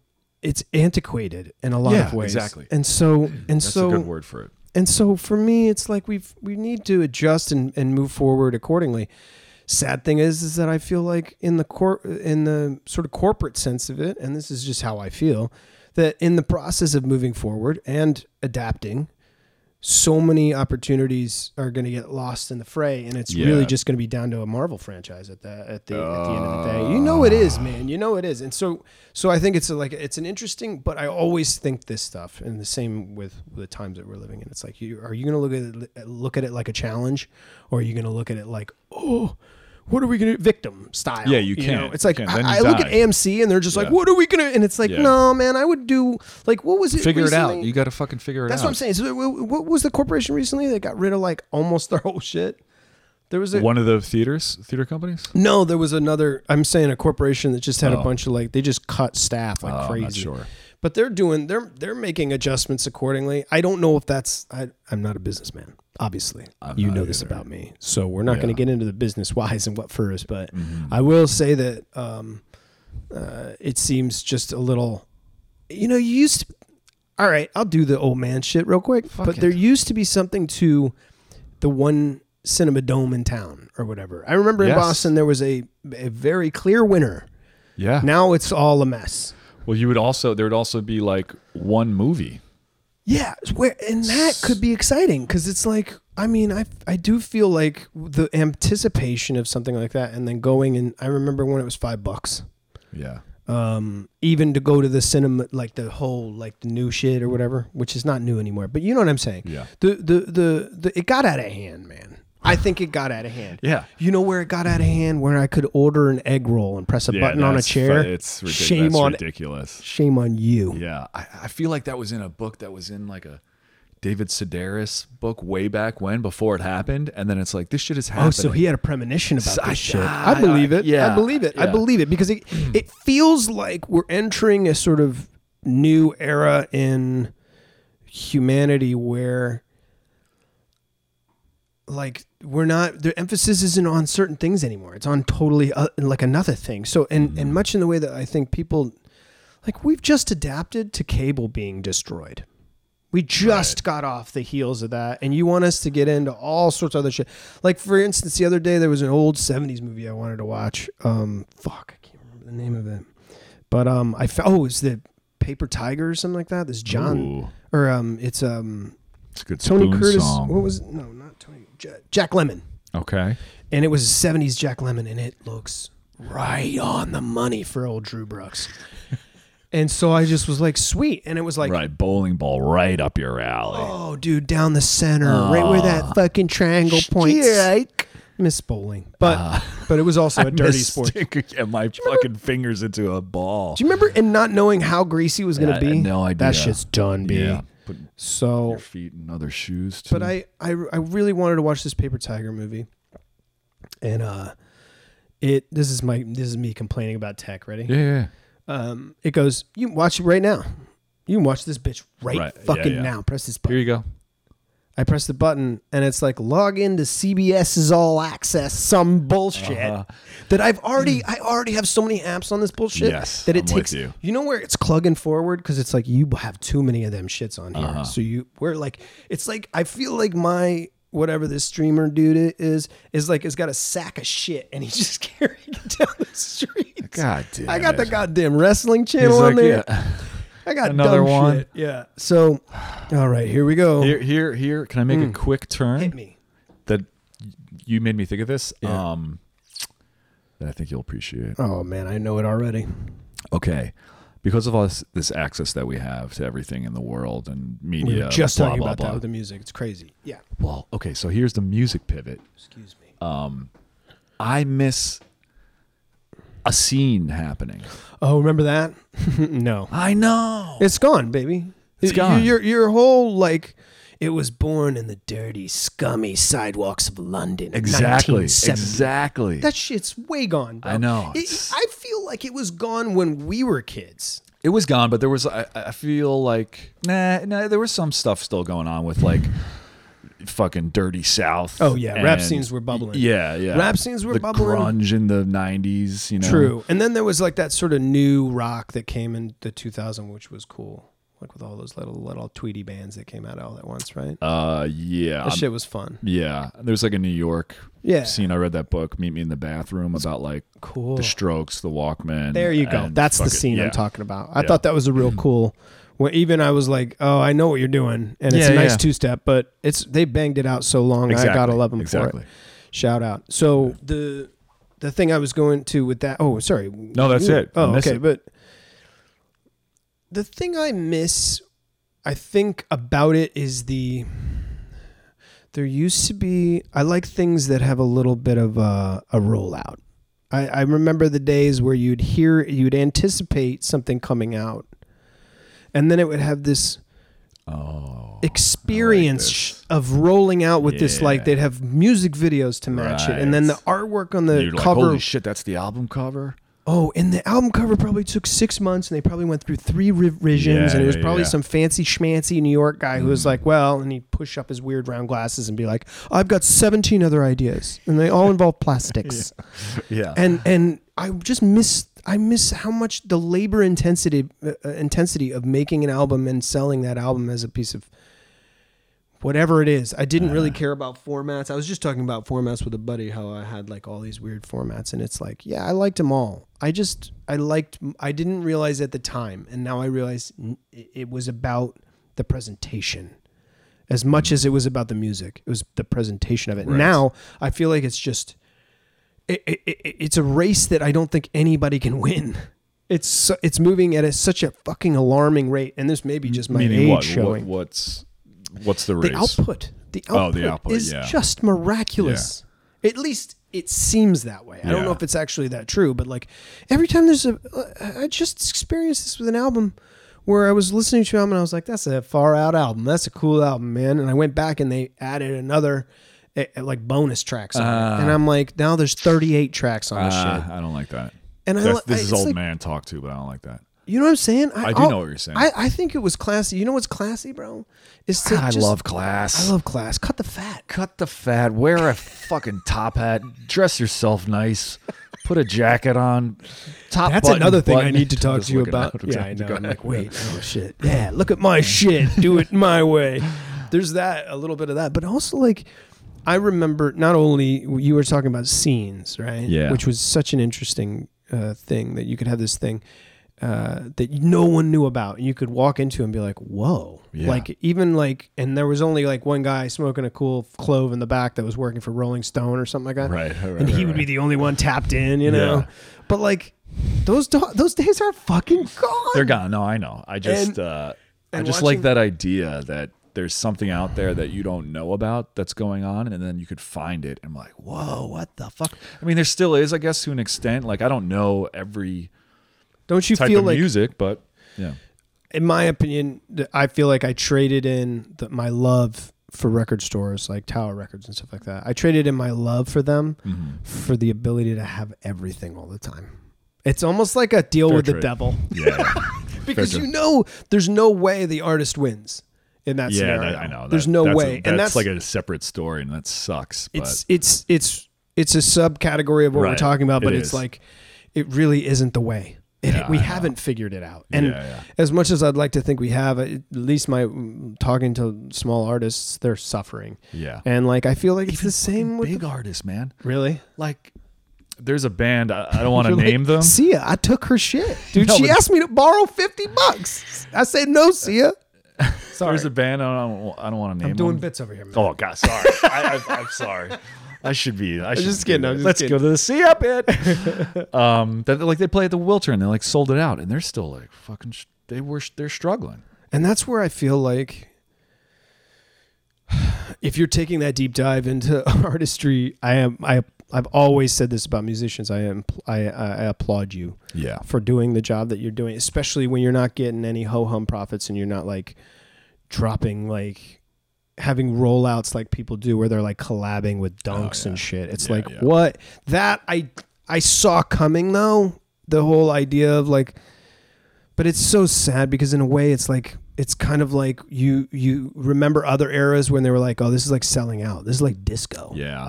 [SPEAKER 1] it's antiquated in a lot
[SPEAKER 2] Yeah,
[SPEAKER 1] of ways.
[SPEAKER 2] exactly.
[SPEAKER 1] And so and
[SPEAKER 2] that's
[SPEAKER 1] so
[SPEAKER 2] a good word for it.
[SPEAKER 1] and so for me, it's like we've we need to adjust and, and move forward accordingly. Sad thing is, is that I feel like in the cor- in the sort of corporate sense of it, and this is just how I feel, that in the process of moving forward and adapting, so many opportunities are going to get lost in the fray, and it's
[SPEAKER 2] Yeah.
[SPEAKER 1] really just going to be down to a Marvel franchise at the at the at the end of the day. You know it
[SPEAKER 2] Ah.
[SPEAKER 1] is, man. You know it is, and so so I think it's a, like it's an interesting, but I always think this stuff, and the same with the times that we're living in. It's like, you, are you going to look at it, look at it like a challenge, or are you going to look at it like, oh, what are we going to victim style?
[SPEAKER 2] Yeah, you
[SPEAKER 1] know?
[SPEAKER 2] can't.
[SPEAKER 1] It's
[SPEAKER 2] You
[SPEAKER 1] like
[SPEAKER 2] can't. Then you
[SPEAKER 1] I, I look at
[SPEAKER 2] die.
[SPEAKER 1] AMC, and they're just like,
[SPEAKER 2] Yeah.
[SPEAKER 1] what are we going to? And it's like,
[SPEAKER 2] Yeah.
[SPEAKER 1] no, man, I would do like what was it?
[SPEAKER 2] Figure it out.
[SPEAKER 1] recently?
[SPEAKER 2] You got to fucking figure it
[SPEAKER 1] That's
[SPEAKER 2] out.
[SPEAKER 1] what I'm saying. So, wh- wh- what was the corporation recently that got rid of like almost their whole shit? There was a
[SPEAKER 2] One of the theaters, theater companies.
[SPEAKER 1] no. There was another. I'm saying a corporation that just had a
[SPEAKER 2] Oh.
[SPEAKER 1] bunch of like they just cut staff like
[SPEAKER 2] Oh, I'm
[SPEAKER 1] crazy.
[SPEAKER 2] not sure.
[SPEAKER 1] But they're doing they're they're making adjustments accordingly. I don't know if that's I I'm not a businessman. Obviously, you know this about me, so we're not going to get into the business wise and what first. But
[SPEAKER 2] Mm-hmm.
[SPEAKER 1] I will say that um, uh, it seems just a little. You know, you used to. All right, I'll do the old man shit real quick. but
[SPEAKER 2] it.
[SPEAKER 1] there used to be something to the one cinema dome in town or whatever. I remember in
[SPEAKER 2] Yes.
[SPEAKER 1] Boston there was a a very clear winner.
[SPEAKER 2] Yeah.
[SPEAKER 1] Now it's all a mess.
[SPEAKER 2] well, you would also there would also be like one movie.
[SPEAKER 1] Yeah, where and that could be exciting because it's like I mean I I do feel like the anticipation of something like that and then going and I remember when it was five bucks,
[SPEAKER 2] Yeah.
[SPEAKER 1] um, even to go to the cinema like the whole like the new shit or whatever, which is not new anymore. But you know what I'm saying?
[SPEAKER 2] Yeah.
[SPEAKER 1] The the the, the it got out of hand, man. I think it got out of hand.
[SPEAKER 2] Yeah.
[SPEAKER 1] You know where it got out of hand? Where I could order an egg roll and press a button on a chair.
[SPEAKER 2] It's ridiculous.
[SPEAKER 1] Shame on
[SPEAKER 2] ridiculous.
[SPEAKER 1] shame on you.
[SPEAKER 2] Yeah. I, I feel like that was in a book that was in like a David Sedaris book way back when before it happened, and then it's like this shit is happening.
[SPEAKER 1] Oh, so he had a premonition about
[SPEAKER 2] So I-
[SPEAKER 1] this shit.
[SPEAKER 2] I-
[SPEAKER 1] I believe it.
[SPEAKER 2] yeah,
[SPEAKER 1] I believe it. I
[SPEAKER 2] yeah. Hmm.
[SPEAKER 1] believe it because it it feels like we're entering a sort of new era in humanity where like we're not the emphasis isn't on certain things anymore. It's on totally uh, like another thing. So and
[SPEAKER 2] Hmm.
[SPEAKER 1] and much in the way that I think people like we've just adapted to cable being destroyed. We just got off the heels of that, and you want us to get into all sorts of other shit. Like for instance, the other day there was an old '70s movie I wanted to watch. Um, fuck, I can't remember the name of it, but um, I felt oh, it was the Paper Tiger or something like that. This John
[SPEAKER 2] Ooh,
[SPEAKER 1] or um, it's um
[SPEAKER 2] it's a good
[SPEAKER 1] Tony
[SPEAKER 2] spoon
[SPEAKER 1] Curtis.
[SPEAKER 2] song.
[SPEAKER 1] What was it? no, not Tony Ja- Jack Lemon,
[SPEAKER 2] Okay.
[SPEAKER 1] and it was a '70s Jack Lemon, and it looks right on the money for old Drew Brooks. and so I just was like, sweet, and it was like.
[SPEAKER 2] Right, bowling ball right up your alley.
[SPEAKER 1] Oh, dude, down the center, right where that fucking triangle points. Miss bowling, but
[SPEAKER 2] Ah.
[SPEAKER 1] but it was also a dirty sport. Do
[SPEAKER 2] Get my fucking fingers into a ball.
[SPEAKER 1] you remember and not knowing how greasy it was gonna
[SPEAKER 2] Yeah,
[SPEAKER 1] be?
[SPEAKER 2] no idea.
[SPEAKER 1] That shit's done, b.
[SPEAKER 2] Yeah, put
[SPEAKER 1] So,
[SPEAKER 2] your feet in other shoes. Too.
[SPEAKER 1] but I, I I really wanted to watch this Paper Tiger movie, and uh, it this is my this is me complaining about tech. Ready?
[SPEAKER 2] yeah, yeah.
[SPEAKER 1] Um, it goes. You can watch it right now. You can watch this bitch right,
[SPEAKER 2] Right, yeah,
[SPEAKER 1] fucking
[SPEAKER 2] yeah.
[SPEAKER 1] now. Press this button.
[SPEAKER 2] Here you go.
[SPEAKER 1] I press the button and it's like log into CBS's All Access, some bullshit
[SPEAKER 2] Uh-huh.
[SPEAKER 1] that I've already I already have so many apps on this bullshit
[SPEAKER 2] Yes,
[SPEAKER 1] that it
[SPEAKER 2] I'm with
[SPEAKER 1] takes
[SPEAKER 2] you.
[SPEAKER 1] know where it's clugging forward because it's like you have too many of them shits on here.
[SPEAKER 2] Uh-huh.
[SPEAKER 1] So you we're like it's like I feel like my whatever this streamer dude is is like has got a sack of shit and he's just carrying it down the street.
[SPEAKER 2] God damn
[SPEAKER 1] I got the
[SPEAKER 2] it.
[SPEAKER 1] goddamn wrestling channel
[SPEAKER 2] He's
[SPEAKER 1] on
[SPEAKER 2] like,
[SPEAKER 1] there.
[SPEAKER 2] yeah.
[SPEAKER 1] I got
[SPEAKER 2] Another
[SPEAKER 1] dumb
[SPEAKER 2] one.
[SPEAKER 1] shit. Yeah. So, all right, here we go.
[SPEAKER 2] Here, here, here. Can I make a quick turn?
[SPEAKER 1] Hmm. Hit me.
[SPEAKER 2] That you made me think of this. Um, that I think you'll appreciate.
[SPEAKER 1] Oh man, I know it already.
[SPEAKER 2] Okay, because of all this, this access that we have to everything in the world and media,
[SPEAKER 1] We were just
[SPEAKER 2] blah,
[SPEAKER 1] talking
[SPEAKER 2] blah,
[SPEAKER 1] about that
[SPEAKER 2] blah.
[SPEAKER 1] with the music. It's crazy. Yeah.
[SPEAKER 2] Well, okay. So here's the music pivot. Um,
[SPEAKER 1] Excuse me.
[SPEAKER 2] I miss a scene happening.
[SPEAKER 1] oh, remember that? no.
[SPEAKER 2] I know.
[SPEAKER 1] It's gone, baby. It's
[SPEAKER 2] gone.
[SPEAKER 1] Your, your whole like it was born in the dirty, scummy sidewalks of London. in
[SPEAKER 2] Exactly.
[SPEAKER 1] 1970.
[SPEAKER 2] Exactly.
[SPEAKER 1] That shit's way gone. Bro.
[SPEAKER 2] I know.
[SPEAKER 1] It-
[SPEAKER 2] It's-
[SPEAKER 1] I feel like it was gone when we were kids.
[SPEAKER 2] it was gone, but there was I, I feel like nah, nah, there was some stuff still going on with like fucking dirty south.
[SPEAKER 1] Oh, yeah, rap
[SPEAKER 2] and-
[SPEAKER 1] scenes were bubbling.
[SPEAKER 2] Yeah, yeah.
[SPEAKER 1] Rap scenes were
[SPEAKER 2] the
[SPEAKER 1] bubbling.
[SPEAKER 2] Grunge in the nineties, you know.
[SPEAKER 1] True. And then there was like that sort of new rock that came in the 2000, which was cool. Like with all those little little Tweety bands that came out all at once, right?
[SPEAKER 2] Uh yeah.
[SPEAKER 1] that
[SPEAKER 2] I'm-
[SPEAKER 1] shit was fun.
[SPEAKER 2] yeah. There's like a New York
[SPEAKER 1] Yeah.
[SPEAKER 2] scene. I read that book, Meet Me in the Bathroom, about like
[SPEAKER 1] Cool.
[SPEAKER 2] the strokes, the Walkman.
[SPEAKER 1] There you go.
[SPEAKER 2] and
[SPEAKER 1] That's the
[SPEAKER 2] fucking-
[SPEAKER 1] scene
[SPEAKER 2] yeah.
[SPEAKER 1] I'm talking about. I
[SPEAKER 2] Yeah. Mm.
[SPEAKER 1] thought that was a real cool Well, even I was like, "Oh, I know what you're doing," and it's
[SPEAKER 2] Yeah,
[SPEAKER 1] a nice
[SPEAKER 2] yeah.
[SPEAKER 1] two step, but it's they banged it out so long. I gotta love them
[SPEAKER 2] Exactly.
[SPEAKER 1] for it. Shout out. So the the thing I was going to with that. Oh, sorry. No,
[SPEAKER 2] that's it. I
[SPEAKER 1] Oh,
[SPEAKER 2] miss
[SPEAKER 1] okay.
[SPEAKER 2] it.
[SPEAKER 1] But the thing I miss, I think about it is the there used to be. I like things that have a little bit of a, a rollout. I, I remember the days where you'd hear, you'd anticipate something coming out, and then it would have this
[SPEAKER 2] Oh.
[SPEAKER 1] experience of rolling out with this.
[SPEAKER 2] Yeah.
[SPEAKER 1] Like they'd have music videos to match it, and then the
[SPEAKER 2] Right.
[SPEAKER 1] artwork on the
[SPEAKER 2] You're like,
[SPEAKER 1] cover.
[SPEAKER 2] holy shit, that's the album cover.
[SPEAKER 1] oh, and the album cover probably took six months, and they probably went through three revisions,
[SPEAKER 2] Yeah,
[SPEAKER 1] and it was
[SPEAKER 2] yeah,
[SPEAKER 1] probably
[SPEAKER 2] yeah. Mm.
[SPEAKER 1] some fancy schmancy New York guy who was like, well, and he'd push up his weird round glasses and be like, I've got seventeen other ideas, and they all involve plastics.
[SPEAKER 2] Yeah.
[SPEAKER 1] and and I just miss I miss how much the labor intensity uh, intensity of making an album and selling that album as a piece of whatever it is. I didn't really care about formats. I was just talking about formats with a buddy how I had like all these weird formats and it's like, yeah, I liked them all. I just I liked I didn't realize at the time and now I realize n- it it was about the presentation as much as it was about the music. It was the presentation of it.
[SPEAKER 2] Right.
[SPEAKER 1] Now I feel like it's just it, it, it, it's a race that I don't think anybody can win. It's so- it's moving at a, such a fucking alarming rate, and this may be just my
[SPEAKER 2] Meaning
[SPEAKER 1] age
[SPEAKER 2] what? what?
[SPEAKER 1] showing.
[SPEAKER 2] What's what's the
[SPEAKER 1] the
[SPEAKER 2] race?
[SPEAKER 1] output, the output,
[SPEAKER 2] Oh, the output,
[SPEAKER 1] is
[SPEAKER 2] yeah.
[SPEAKER 1] just miraculous. At least it seems that way. I don't know
[SPEAKER 2] Yeah.
[SPEAKER 1] if it's actually that true, but like every time there's a, uh, I just experienced this with an album where I was listening to an album and I was like, "That's a far out album. That's a cool album, man." And I went back and they added another. eh, eh, like bonus tracks on it. And I'm like, now there's 38 tracks on this shit.
[SPEAKER 2] Ah, I don't like that.
[SPEAKER 1] And I
[SPEAKER 2] That's-
[SPEAKER 1] li- I-
[SPEAKER 2] this is
[SPEAKER 1] it's
[SPEAKER 2] old
[SPEAKER 1] like-
[SPEAKER 2] man talk too, but I don't like that.
[SPEAKER 1] You know what I'm saying?
[SPEAKER 2] I do
[SPEAKER 1] I'll-
[SPEAKER 2] know what you're saying.
[SPEAKER 1] I, I think it was classy. You know what's classy, bro? Is to just-
[SPEAKER 3] class.
[SPEAKER 1] I love class. Cut the fat.
[SPEAKER 3] Cut the fat. Wear a fucking top hat. Dress yourself nice. Put a jacket on. Top.
[SPEAKER 1] That's
[SPEAKER 3] button,
[SPEAKER 1] another thing I
[SPEAKER 3] button.
[SPEAKER 1] need to talk
[SPEAKER 3] Just
[SPEAKER 1] to you
[SPEAKER 3] looking
[SPEAKER 1] about.
[SPEAKER 3] out.
[SPEAKER 1] Yeah, I
[SPEAKER 3] Exactly.
[SPEAKER 1] know. I'm like, wait, oh shit. Yeah, look at my shit. Do it my way. There's that, a little bit of that. But also, like, I remember not only you were talking about scenes, right?
[SPEAKER 2] Yeah.
[SPEAKER 1] Which was such an interesting uh, thing that you could have this thing uh, that no one knew about. You could walk into and be like, whoa.
[SPEAKER 2] Yeah.
[SPEAKER 1] Like, even like, and there was only like one guy smoking a cool clove in the back that was working for Rolling Stone or something like that
[SPEAKER 2] Right. right,
[SPEAKER 1] and
[SPEAKER 2] right,
[SPEAKER 1] he would
[SPEAKER 2] right.
[SPEAKER 1] be the only one tapped in, you know.
[SPEAKER 2] Yeah.
[SPEAKER 1] But like those do- those days are fucking gone.
[SPEAKER 2] They're gone. No, I know. I just
[SPEAKER 1] And-
[SPEAKER 2] uh, I
[SPEAKER 1] and
[SPEAKER 2] just
[SPEAKER 1] watching-
[SPEAKER 2] like that idea that there's something out there that you don't know about that's going on, and then you could find it. And I'm like, whoa, what the fuck? I mean, there still is, I guess, to an extent. Like, I don't know every
[SPEAKER 1] Don't you
[SPEAKER 2] type
[SPEAKER 1] feel
[SPEAKER 2] of
[SPEAKER 1] like,
[SPEAKER 2] music, but yeah,
[SPEAKER 1] in my opinion, th- I feel like I traded in the, my love for record stores like Tower Records and stuff like that. I traded in my love for them
[SPEAKER 2] Mm-hmm.
[SPEAKER 1] for the ability to have everything all the time. It's almost like a deal
[SPEAKER 2] Fair
[SPEAKER 1] with the
[SPEAKER 2] trade.
[SPEAKER 1] devil
[SPEAKER 2] yeah,
[SPEAKER 1] because
[SPEAKER 2] trade.
[SPEAKER 1] you know there's no way the artist wins in that
[SPEAKER 2] yeah.
[SPEAKER 1] scenario.
[SPEAKER 2] That, I know.
[SPEAKER 1] There's
[SPEAKER 2] That-
[SPEAKER 1] no
[SPEAKER 2] that's a-
[SPEAKER 1] way,
[SPEAKER 2] that's
[SPEAKER 1] and that's
[SPEAKER 2] like a separate story, and that sucks. But
[SPEAKER 1] it's it's it's it's a subcategory of what we're
[SPEAKER 2] Right.
[SPEAKER 1] talking about, but
[SPEAKER 2] It
[SPEAKER 1] it's
[SPEAKER 2] is.
[SPEAKER 1] like it really isn't the way. It,
[SPEAKER 2] Yeah,
[SPEAKER 1] we
[SPEAKER 2] I know.
[SPEAKER 1] haven't figured it out, and
[SPEAKER 2] Yeah, yeah.
[SPEAKER 1] as much as I'd like to think we have, at least my mm, talking to small artists, they're suffering,
[SPEAKER 2] yeah,
[SPEAKER 1] and like I feel like it's the same with
[SPEAKER 2] big
[SPEAKER 1] the,
[SPEAKER 2] artist, man.
[SPEAKER 1] really.
[SPEAKER 2] Like, there's a band. I, I don't want to
[SPEAKER 1] You're like,
[SPEAKER 2] name them.
[SPEAKER 1] Sia, I took her shit, dude.
[SPEAKER 2] No,
[SPEAKER 1] she
[SPEAKER 2] but- Uh,
[SPEAKER 1] asked me to borrow fifty bucks. I said no, Sia. Sorry,
[SPEAKER 2] There's a band. I don't. I don't want to name.
[SPEAKER 1] I'm doing
[SPEAKER 2] them.
[SPEAKER 1] bits over here, man.
[SPEAKER 2] Oh God, sorry. I, I, I'm sorry. I should be. I should
[SPEAKER 1] just
[SPEAKER 2] be
[SPEAKER 1] kidding,
[SPEAKER 2] there.
[SPEAKER 1] I'm just
[SPEAKER 2] Let's
[SPEAKER 1] kidding.
[SPEAKER 2] go to the sea up it. um, that like they play at the Wilter and they like sold it out and they're still like fucking. Sh- they were. Sh- they're struggling.
[SPEAKER 1] And that's where I feel like if you're taking that deep dive into artistry, I am I I've always said this about musicians. I am I I applaud you
[SPEAKER 2] Yeah.
[SPEAKER 1] for doing the job that you're doing, especially when you're not getting any ho hum profits and you're not like dropping like having rollouts like people do where they're like collabing with dunks and shit. It's
[SPEAKER 2] Oh, Yeah,
[SPEAKER 1] like
[SPEAKER 2] yeah.
[SPEAKER 1] what that I I saw coming though. The whole idea of like but it's so sad because in a way it's like it's kind of like you you remember other eras when they were like, Oh, this is like selling out. This is like disco
[SPEAKER 2] Yeah.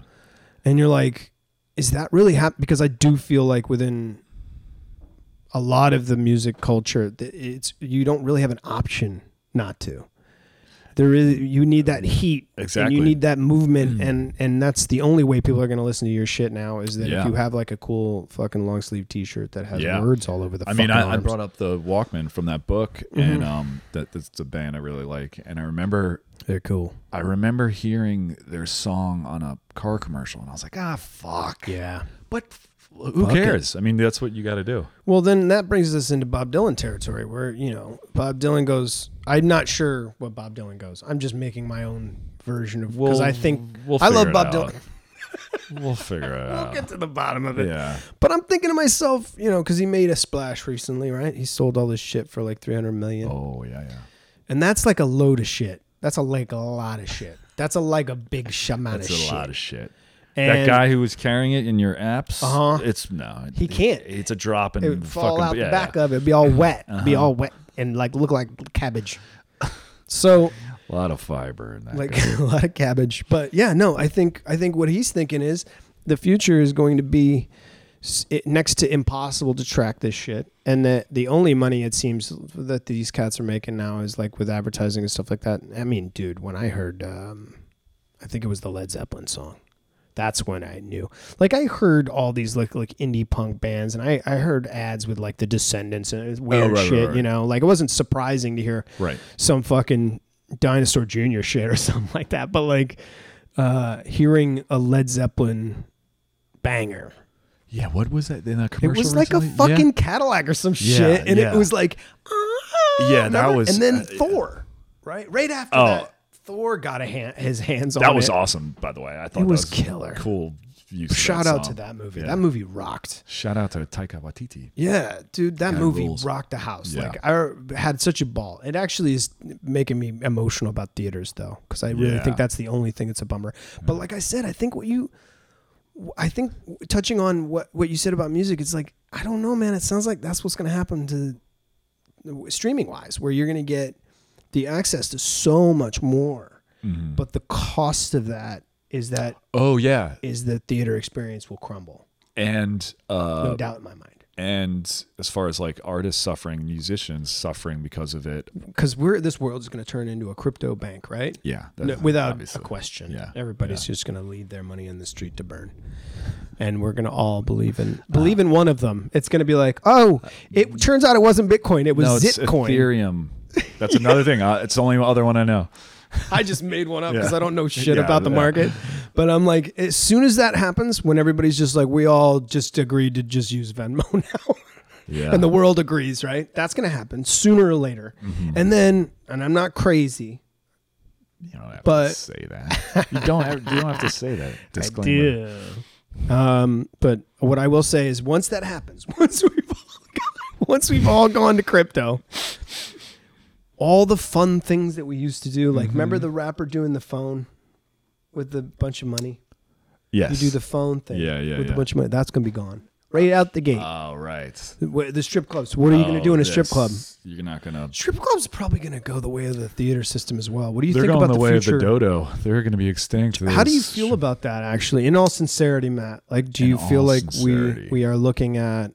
[SPEAKER 1] and you're like, is that really happening? Because I do feel like within a lot of the music culture, th- it's you don't really have an option not to. There is you need that heat. And
[SPEAKER 2] Exactly.
[SPEAKER 1] you need that movement, and and that's the only way people are going to listen to your shit now is that
[SPEAKER 2] Yeah.
[SPEAKER 1] if you have like a cool fucking long sleeve T shirt that has
[SPEAKER 2] Yeah.
[SPEAKER 1] words all over the.
[SPEAKER 2] I mean,
[SPEAKER 1] fucking
[SPEAKER 2] I, I
[SPEAKER 1] arms.
[SPEAKER 2] brought up the Walkman from that book,
[SPEAKER 1] Mm-hmm.
[SPEAKER 2] and um, that that's a band I really like, and I remember
[SPEAKER 1] They're cool.
[SPEAKER 2] I remember hearing their song on a car commercial, and I was like, ah, fuck.
[SPEAKER 1] Yeah.
[SPEAKER 2] But f- who
[SPEAKER 1] Fuck it.
[SPEAKER 2] cares? I mean, that's what you got to do.
[SPEAKER 1] Well, then that brings us into Bob Dylan territory, where you know Bob Dylan goes. I'm not sure what Bob Dylan goes. I'm just making my own version of because
[SPEAKER 2] We'll-
[SPEAKER 1] I think
[SPEAKER 2] we'll
[SPEAKER 1] I love
[SPEAKER 2] figure it
[SPEAKER 1] Bob
[SPEAKER 2] out.
[SPEAKER 1] Dylan.
[SPEAKER 2] We'll figure it
[SPEAKER 1] We'll
[SPEAKER 2] out.
[SPEAKER 1] get to the bottom of it.
[SPEAKER 2] Yeah.
[SPEAKER 1] But I'm thinking to myself, you know, because he made a splash recently, right? He sold all this shit for like 300 million,
[SPEAKER 2] Oh yeah, yeah.
[SPEAKER 1] and that's like a load of shit. That's a like a lot of shit. That's a like a big sh- amount
[SPEAKER 2] It's
[SPEAKER 1] of
[SPEAKER 2] a
[SPEAKER 1] shit.
[SPEAKER 2] lot of shit. that
[SPEAKER 1] And-
[SPEAKER 2] guy who was carrying it in your apps,
[SPEAKER 1] Uh-huh.
[SPEAKER 2] it's no, it-
[SPEAKER 1] He can't.
[SPEAKER 2] It's a drop and
[SPEAKER 1] it would fall
[SPEAKER 2] fucking
[SPEAKER 1] out
[SPEAKER 2] yeah, Uh-huh.
[SPEAKER 1] the back of it, be all wet, be all wet, and like look like cabbage. So
[SPEAKER 2] a lot of fiber in that. guy.
[SPEAKER 1] like a lot of cabbage. But yeah, no, I think I think what he's thinking is the future is going to be s- it, next to impossible to track this shit, and that the only money it seems that these cats are making now is like with advertising and stuff like that. I mean, dude, when I heard, um, I think it was the Led Zeppelin song. That's when I knew. Like I heard all these like like indie punk bands, and I I heard ads with like the Descendants and it was weird
[SPEAKER 2] Oh, right, right,
[SPEAKER 1] shit.
[SPEAKER 2] right.
[SPEAKER 1] You know, like it wasn't surprising to hear
[SPEAKER 2] Right.
[SPEAKER 1] some fucking dinosaur junior shit or something like that but like uh hearing a led zeppelin banger
[SPEAKER 2] Yeah. What was that in
[SPEAKER 1] it
[SPEAKER 2] that commercial?
[SPEAKER 1] was like a
[SPEAKER 2] recently? Yeah.
[SPEAKER 1] fucking cadillac or some shit and
[SPEAKER 2] yeah.
[SPEAKER 1] it was like ah,
[SPEAKER 2] Yeah, that
[SPEAKER 1] remember?
[SPEAKER 2] was-
[SPEAKER 1] and then
[SPEAKER 2] uh,
[SPEAKER 1] thor right right after
[SPEAKER 2] Oh.
[SPEAKER 1] that thor got a hand, his hands on
[SPEAKER 2] That was
[SPEAKER 1] it.
[SPEAKER 2] awesome, by the way. I thought
[SPEAKER 1] It
[SPEAKER 2] that
[SPEAKER 1] was
[SPEAKER 2] was,
[SPEAKER 1] killer.
[SPEAKER 2] Cool. Use of
[SPEAKER 1] shout
[SPEAKER 2] that
[SPEAKER 1] out to
[SPEAKER 2] song.
[SPEAKER 1] that movie
[SPEAKER 2] Yeah.
[SPEAKER 1] that movie rocked
[SPEAKER 2] Shout out to Taika Waititi.
[SPEAKER 1] Yeah, dude, that
[SPEAKER 2] Kinda
[SPEAKER 1] movie
[SPEAKER 2] rules.
[SPEAKER 1] rocked the house.
[SPEAKER 2] Yeah.
[SPEAKER 1] Like I had such a ball. It actually is making me emotional about theaters though, because I really
[SPEAKER 2] Yeah.
[SPEAKER 1] think that's the only thing that's a bummer. But like I said, I think what you, I think touching on what what you said about music, it's like I don't know, man. It sounds like that's what's going to happen to streaming wise, where you're going to get the access to so much more,
[SPEAKER 2] Mm-hmm.
[SPEAKER 1] but the cost of that is that
[SPEAKER 2] Oh yeah,
[SPEAKER 1] is the theater experience will crumble.
[SPEAKER 2] and
[SPEAKER 1] No
[SPEAKER 2] uh,
[SPEAKER 1] doubt in my mind.
[SPEAKER 2] and as far as like artists suffering, musicians suffering because of it.
[SPEAKER 1] because we're this world is going to turn into a crypto bank, right?
[SPEAKER 2] Yeah,
[SPEAKER 1] No,
[SPEAKER 2] that-
[SPEAKER 1] without
[SPEAKER 2] obviously.
[SPEAKER 1] a question.
[SPEAKER 2] Yeah.
[SPEAKER 1] everybody's just going to leave their money in the street to burn, and we're going to all believe in believe in one of them. It's going to be like, oh, it turns out it wasn't Bitcoin; it was
[SPEAKER 2] Uh, No, it's
[SPEAKER 1] Zitcoin.
[SPEAKER 2] Ethereum. That's another thing. Uh, it's the only other one I know.
[SPEAKER 1] I just made one up because
[SPEAKER 2] Yeah.
[SPEAKER 1] I don't know shit
[SPEAKER 2] Yeah,
[SPEAKER 1] about the
[SPEAKER 2] yeah.
[SPEAKER 1] market. But I'm like, as soon as that happens, when everybody's just like, we all just agreed to just use Venmo now.
[SPEAKER 2] Yeah, Mm-hmm.
[SPEAKER 1] and the world agrees, right? That's going to happen sooner or later. And then, and I'm not crazy.
[SPEAKER 2] you don't have
[SPEAKER 1] but-
[SPEAKER 2] to say that. You don't. Have, you don't have to say that. Disclaimer.
[SPEAKER 1] Um, but what I will say is, once that happens, once we've all gone, once we've all gone to crypto, all the fun things that we used to do, like
[SPEAKER 2] Mm-hmm.
[SPEAKER 1] remember the rapper doing the phone with the bunch of money. You
[SPEAKER 2] Yes.
[SPEAKER 1] do the phone thing,
[SPEAKER 2] Yeah, yeah,
[SPEAKER 1] with a
[SPEAKER 2] yeah.
[SPEAKER 1] bunch of money. That's gonna be gone right out the gate.
[SPEAKER 2] Oh right.
[SPEAKER 1] Wh- the strip clubs. What are you gonna
[SPEAKER 2] Oh,
[SPEAKER 1] do in a strip
[SPEAKER 2] this-
[SPEAKER 1] club?
[SPEAKER 2] You're not gonna.
[SPEAKER 1] Strip clubs are probably gonna go the way of the theater system as well. What do you
[SPEAKER 2] They're
[SPEAKER 1] think
[SPEAKER 2] going
[SPEAKER 1] about
[SPEAKER 2] the, way
[SPEAKER 1] future?
[SPEAKER 2] of the dodo. They're gonna be extinct.
[SPEAKER 1] How do you
[SPEAKER 2] There's-
[SPEAKER 1] feel about that actually? In all sincerity, Matt, like do
[SPEAKER 2] In
[SPEAKER 1] you feel
[SPEAKER 2] all
[SPEAKER 1] like
[SPEAKER 2] sincerity.
[SPEAKER 1] we we are looking at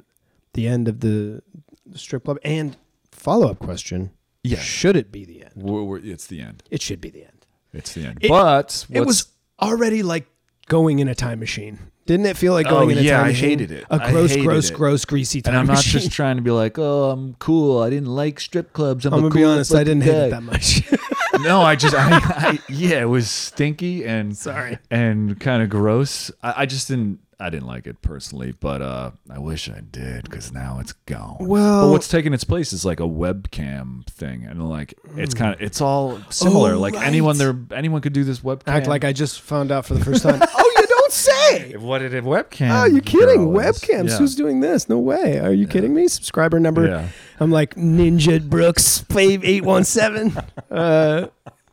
[SPEAKER 1] the end of the the strip club and follow-up question.
[SPEAKER 2] Yeah.
[SPEAKER 1] Should it be the end?
[SPEAKER 2] We're, we're, it's the end.
[SPEAKER 1] It should be the end.
[SPEAKER 2] It's the end.
[SPEAKER 1] It-
[SPEAKER 2] but
[SPEAKER 1] it
[SPEAKER 2] what's-
[SPEAKER 1] was already like going in a time machine. Didn't it feel like going
[SPEAKER 2] Oh,
[SPEAKER 1] in a
[SPEAKER 2] yeah,
[SPEAKER 1] time
[SPEAKER 2] I
[SPEAKER 1] machine?
[SPEAKER 2] hated it.
[SPEAKER 1] A
[SPEAKER 2] I
[SPEAKER 1] gross,
[SPEAKER 2] hated
[SPEAKER 1] gross,
[SPEAKER 2] it.
[SPEAKER 1] gross, greasy time
[SPEAKER 3] And I'm not
[SPEAKER 1] machine.
[SPEAKER 3] just trying to be like, oh, I'm cool. I didn't like strip clubs. I'm,
[SPEAKER 1] I'm
[SPEAKER 3] a
[SPEAKER 1] gonna
[SPEAKER 3] cool
[SPEAKER 1] be honest, I didn't hate
[SPEAKER 3] guy.
[SPEAKER 1] it that much.
[SPEAKER 2] no, I just, I, I, yeah, it was stinky and
[SPEAKER 1] Sorry.
[SPEAKER 2] and kind of gross. I, I just didn't, I didn't like it personally, but uh, I wish I did because now it's gone.
[SPEAKER 1] Well-
[SPEAKER 2] but what's taking its place is like a webcam thing, and like it's kind of, it's all similar.
[SPEAKER 1] Oh,
[SPEAKER 2] like
[SPEAKER 1] right.
[SPEAKER 2] anyone there, anyone could do this webcam.
[SPEAKER 1] Act like I just found out for the first time. oh, you don't say.
[SPEAKER 2] what did it webcam?
[SPEAKER 1] Oh, you're kidding.
[SPEAKER 2] girl is.
[SPEAKER 1] Webcams.
[SPEAKER 2] Yeah.
[SPEAKER 1] Who's doing this? No way. Are you kidding me? Subscriber number.
[SPEAKER 2] Yeah.
[SPEAKER 1] I'm like Ninja Brooks Fave 817. uh,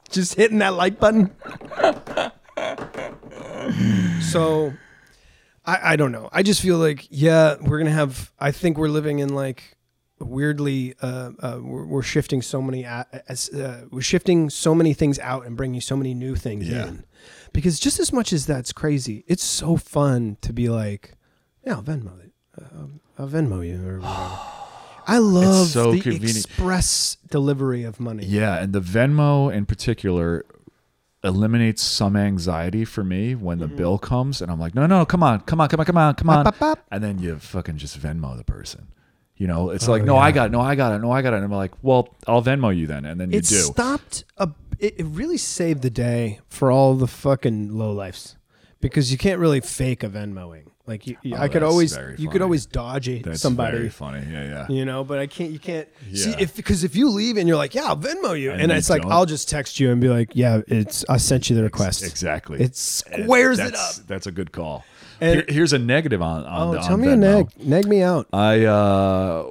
[SPEAKER 1] just hitting that like button. so I, I don't know. I just feel like, yeah, we're going to have, I think we're living in like, weirdly uh, uh we're, we're shifting so many a- as uh, we're shifting so many things out and bringing so many new things
[SPEAKER 2] Yeah.
[SPEAKER 1] in because just as much as that's crazy it's so Uh, fun to be like yeah i'll venmo it um, i'll venmo you or whatever I love
[SPEAKER 3] so
[SPEAKER 1] the
[SPEAKER 3] convenient.
[SPEAKER 1] express delivery of money.
[SPEAKER 2] Yeah, and the Venmo in particular eliminates some anxiety for me when the bill comes, and I'm like, no, no, come on, come on, come on, come on, come on,
[SPEAKER 1] Mm-hmm. Bop, bop, bop.
[SPEAKER 2] and then you fucking just Venmo the person. You know,
[SPEAKER 1] Oh,
[SPEAKER 2] it's like, no, I got it, no, I got it, no, I got it, and I'm like, well, I'll Venmo you then, and then you
[SPEAKER 1] it
[SPEAKER 2] do.
[SPEAKER 1] stopped. A, it, it really saved the day for all the fucking lowlifes because you can't really fake a Venmoing. Like you, you-
[SPEAKER 2] Oh,
[SPEAKER 1] I could
[SPEAKER 2] that's
[SPEAKER 1] always,
[SPEAKER 2] very
[SPEAKER 1] you could
[SPEAKER 2] funny.
[SPEAKER 1] always dodge it
[SPEAKER 2] That's
[SPEAKER 1] somebody.
[SPEAKER 2] very funny. Yeah, yeah.
[SPEAKER 1] you know, but I can't. You can't see
[SPEAKER 2] Yeah.
[SPEAKER 1] if because if you leave and you're like, yeah, I'll Venmo you, and,
[SPEAKER 2] And you
[SPEAKER 1] it's like
[SPEAKER 2] don't.
[SPEAKER 1] I'll just text you and be like, yeah, it's I sent you the request.
[SPEAKER 2] Exactly.
[SPEAKER 1] It squares it up.
[SPEAKER 2] That's- That's a good call.
[SPEAKER 1] And-
[SPEAKER 2] Here- here's a negative on on.
[SPEAKER 1] Oh,
[SPEAKER 2] on
[SPEAKER 1] tell me a
[SPEAKER 2] Venmo.
[SPEAKER 1] neg, neg me out.
[SPEAKER 2] I uh,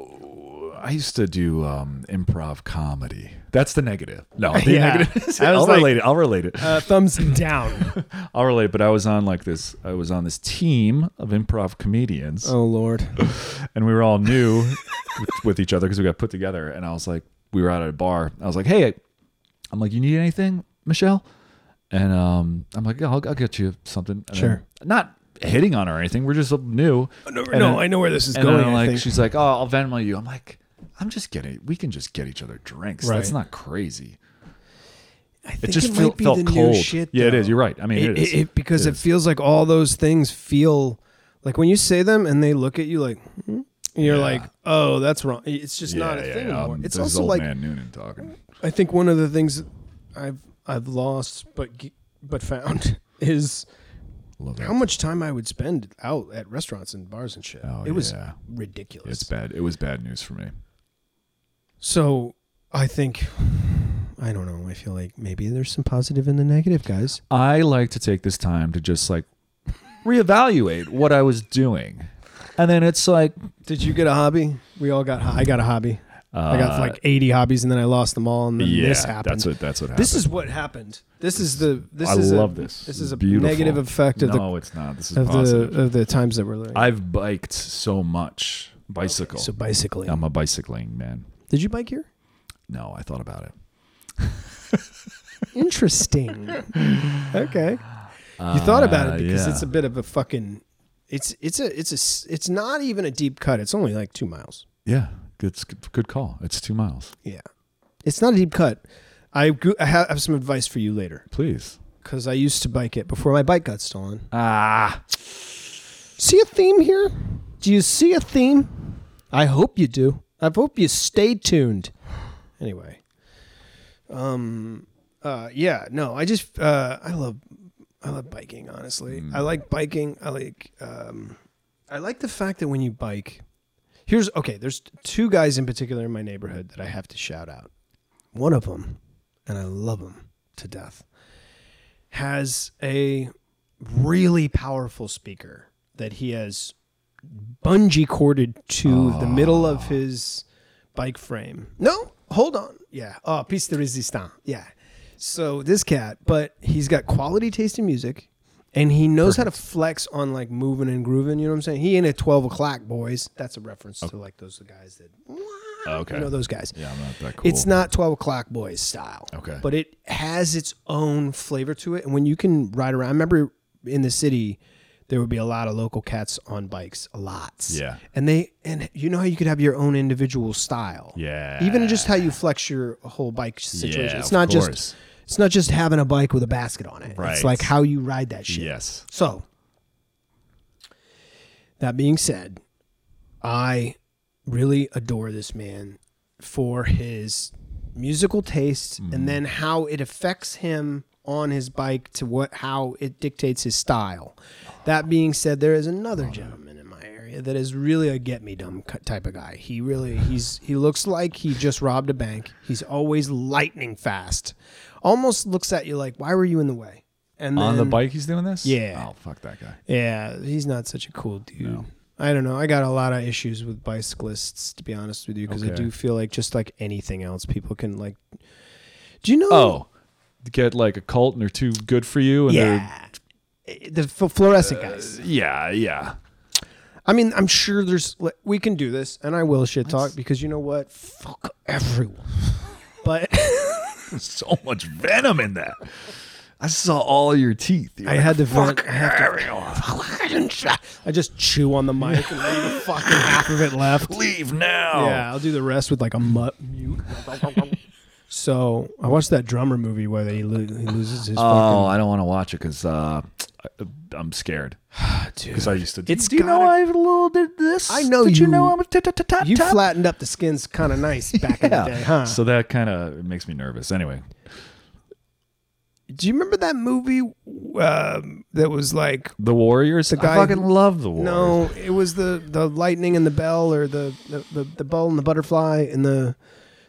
[SPEAKER 2] I used to do um, improv comedy. That's the negative. No, the
[SPEAKER 1] Yeah.
[SPEAKER 2] negative. is-
[SPEAKER 1] I was
[SPEAKER 2] I'll
[SPEAKER 1] like-
[SPEAKER 2] relate it. I'll relate it.
[SPEAKER 1] Uh, thumbs down.
[SPEAKER 2] I'll relate. it, But I was on like this. I was on this team of improv comedians,
[SPEAKER 1] oh Lord,
[SPEAKER 2] and we were all new with, with each other because we got put together. And I was like, we were out at a bar. I was like, hey, I'm like, you need anything, Michelle? And um, I'm like, yeah, I'll, I'll get you something. And
[SPEAKER 1] Sure.
[SPEAKER 2] then- Not hitting on her or anything. We're just new.
[SPEAKER 1] no,
[SPEAKER 2] And then-
[SPEAKER 1] I know where this is
[SPEAKER 2] and
[SPEAKER 1] going.
[SPEAKER 2] then,
[SPEAKER 1] I
[SPEAKER 2] like
[SPEAKER 1] think.
[SPEAKER 2] she's like, "Oh, I'll Venmo you." I'm like, "I'm just getting. We can just get each other drinks. That's
[SPEAKER 1] Right.
[SPEAKER 2] not crazy."
[SPEAKER 1] I think
[SPEAKER 2] It just
[SPEAKER 1] might
[SPEAKER 2] feel-
[SPEAKER 1] be
[SPEAKER 2] felt
[SPEAKER 1] the new
[SPEAKER 2] cold.
[SPEAKER 1] shit,
[SPEAKER 2] yeah, it
[SPEAKER 1] though.
[SPEAKER 2] is. You're right. I mean,
[SPEAKER 1] It-
[SPEAKER 2] it is
[SPEAKER 1] it- it- because it,
[SPEAKER 2] is.
[SPEAKER 1] feels like all those things feel like when you say them and they look at you like "Hmm," and you're
[SPEAKER 2] Yeah.
[SPEAKER 1] like, oh, that's wrong. It's just
[SPEAKER 2] Yeah,
[SPEAKER 1] not a
[SPEAKER 2] yeah,
[SPEAKER 1] thing
[SPEAKER 2] yeah.
[SPEAKER 1] anymore.
[SPEAKER 2] Um,
[SPEAKER 1] it's
[SPEAKER 2] this is
[SPEAKER 1] also
[SPEAKER 2] old
[SPEAKER 1] like
[SPEAKER 2] man Noonan talking.
[SPEAKER 1] I think one of the things I've I've lost but ge- but found is
[SPEAKER 2] Love
[SPEAKER 1] how
[SPEAKER 2] that.
[SPEAKER 1] much time I would spend out at restaurants and bars and shit.
[SPEAKER 2] Oh,
[SPEAKER 1] it was
[SPEAKER 2] yeah.
[SPEAKER 1] ridiculous.
[SPEAKER 2] It's bad. It was bad news for me.
[SPEAKER 1] so I think I don't know. I feel like maybe there's some positive in the negative, guys.
[SPEAKER 2] I like to take this time to just like reevaluate what I was doing, and then it's like,
[SPEAKER 1] Did you get a hobby? We all got. I got a hobby. I got like 80 hobbies, and then I lost them all, and then
[SPEAKER 2] Uh, yeah,
[SPEAKER 1] this happened.
[SPEAKER 2] that's what that's what happened.
[SPEAKER 1] this is what happened. This is the. This
[SPEAKER 2] I
[SPEAKER 1] is
[SPEAKER 2] love
[SPEAKER 1] a,
[SPEAKER 2] this.
[SPEAKER 1] This is a
[SPEAKER 2] Beautiful.
[SPEAKER 1] negative effect of
[SPEAKER 2] no, it's not. This is
[SPEAKER 1] the of
[SPEAKER 2] positive.
[SPEAKER 1] the of the times that we're living.
[SPEAKER 2] I've biked so much bicycle.
[SPEAKER 1] so bicycling.
[SPEAKER 2] I'm a bicycling man.
[SPEAKER 1] Did you bike here?
[SPEAKER 2] No, I thought about it.
[SPEAKER 1] Interesting. okay. You thought about
[SPEAKER 2] Uh,
[SPEAKER 1] it because
[SPEAKER 2] yeah.
[SPEAKER 1] it's a bit of a fucking. It's it's a it's a s- it's not even a deep cut. It's only like two miles.
[SPEAKER 2] Yeah, it's g- good call. It's two miles.
[SPEAKER 1] Yeah. It's not a deep cut. I gr- I ha- have some advice for you later
[SPEAKER 2] Please.
[SPEAKER 1] because I used to bike it before my bike got stolen.
[SPEAKER 2] Ah,
[SPEAKER 1] See a theme here? Do you see a theme? I hope you do. I hope you stay tuned. Anyway. Um uh yeah, no, I just uh I love I love biking, honestly. I like biking. I like um I like the fact that when you bike Here's okay, there's two guys in particular in my neighborhood that I have to shout out. One of them, and I love him to death, has a really powerful speaker that he has bungee corded to the middle of his bike frame. No, hold on. Yeah. Oh, piece de resistance. Yeah. So this cat, but he's got quality taste in music and he knows how to flex on like moving and grooving. You know what I'm saying? He ain't at 12 o'clock, boys. That's a reference to like those guys that,
[SPEAKER 2] Oh. okay.
[SPEAKER 1] you know, those guys.
[SPEAKER 2] yeah, I'm not that cool.
[SPEAKER 1] It's not 12 o'clock boys style.
[SPEAKER 2] Okay.
[SPEAKER 1] But it has its own flavor to it. And when you can ride around, I remember in the city, there would be a lot of local cats on bikes, lots.
[SPEAKER 2] Yeah.
[SPEAKER 1] And they, and you know how you could have your own individual style.
[SPEAKER 2] Yeah.
[SPEAKER 1] Even just how you flex your whole bike situation.
[SPEAKER 2] Yeah,
[SPEAKER 1] it's
[SPEAKER 2] of
[SPEAKER 1] not
[SPEAKER 2] course.
[SPEAKER 1] just, it's not just having a bike with a basket on it. It's
[SPEAKER 2] Right.
[SPEAKER 1] like how you ride that shit.
[SPEAKER 2] Yes.
[SPEAKER 1] So, that being said, I really adore this man for his musical taste
[SPEAKER 2] Mm.
[SPEAKER 1] and then how it affects him on his bike to what how it dictates his style. That being said, there is another gentleman in my area that is really a get me dumb cu- type of guy. He really he's he looks like he just robbed a bank. He's always lightning fast. Almost looks at you like, "Why were you in the way?" And
[SPEAKER 2] On the
[SPEAKER 1] then-
[SPEAKER 2] bike, he's doing this.
[SPEAKER 1] Yeah.
[SPEAKER 2] Oh, fuck that guy.
[SPEAKER 1] yeah, he's not such a cool dude. I don't know. I got a lot of issues with bicyclists, to be honest with you, because I
[SPEAKER 2] Okay.
[SPEAKER 1] do feel like just like anything else, people can like. Do you know?
[SPEAKER 2] Oh, get like a cult and they're too good for you. And
[SPEAKER 1] yeah, the f- fluorescent guys.
[SPEAKER 2] They're, yeah. Yeah.
[SPEAKER 1] I mean, I'm sure there's like, we can do this, and I will shit talk because you know what? Fuck everyone. But
[SPEAKER 2] So much venom in that. I saw all your teeth. You're
[SPEAKER 1] I
[SPEAKER 2] like,
[SPEAKER 1] had to vent.
[SPEAKER 2] "Fuck
[SPEAKER 1] I have to-
[SPEAKER 2] everyone.
[SPEAKER 1] I just chew on the mic and leave fucking half of it left.
[SPEAKER 2] Leave now.
[SPEAKER 1] Yeah, I'll do the rest with like a mutt mute. so I watched that drummer movie where they lo- he loses his
[SPEAKER 2] Oh, I don't want to watch it because uh, I- I'm scared.
[SPEAKER 1] fucking.
[SPEAKER 2] Because I used to.
[SPEAKER 1] It's
[SPEAKER 2] do you know
[SPEAKER 1] gotta-
[SPEAKER 2] I little did this?
[SPEAKER 1] I know
[SPEAKER 2] did you.
[SPEAKER 1] you-
[SPEAKER 2] know I'm a t- t- t- top
[SPEAKER 1] you
[SPEAKER 2] top?
[SPEAKER 1] flattened up the skins kind of nice back in the day, huh?
[SPEAKER 2] So that kind of makes me nervous. Anyway,
[SPEAKER 1] do you remember that movie um, that was like
[SPEAKER 2] the Warriors. The
[SPEAKER 1] guy
[SPEAKER 2] I fucking love the Warriors.
[SPEAKER 1] no, it was the the lightning and the bell, or the the the, the bell and the butterfly and the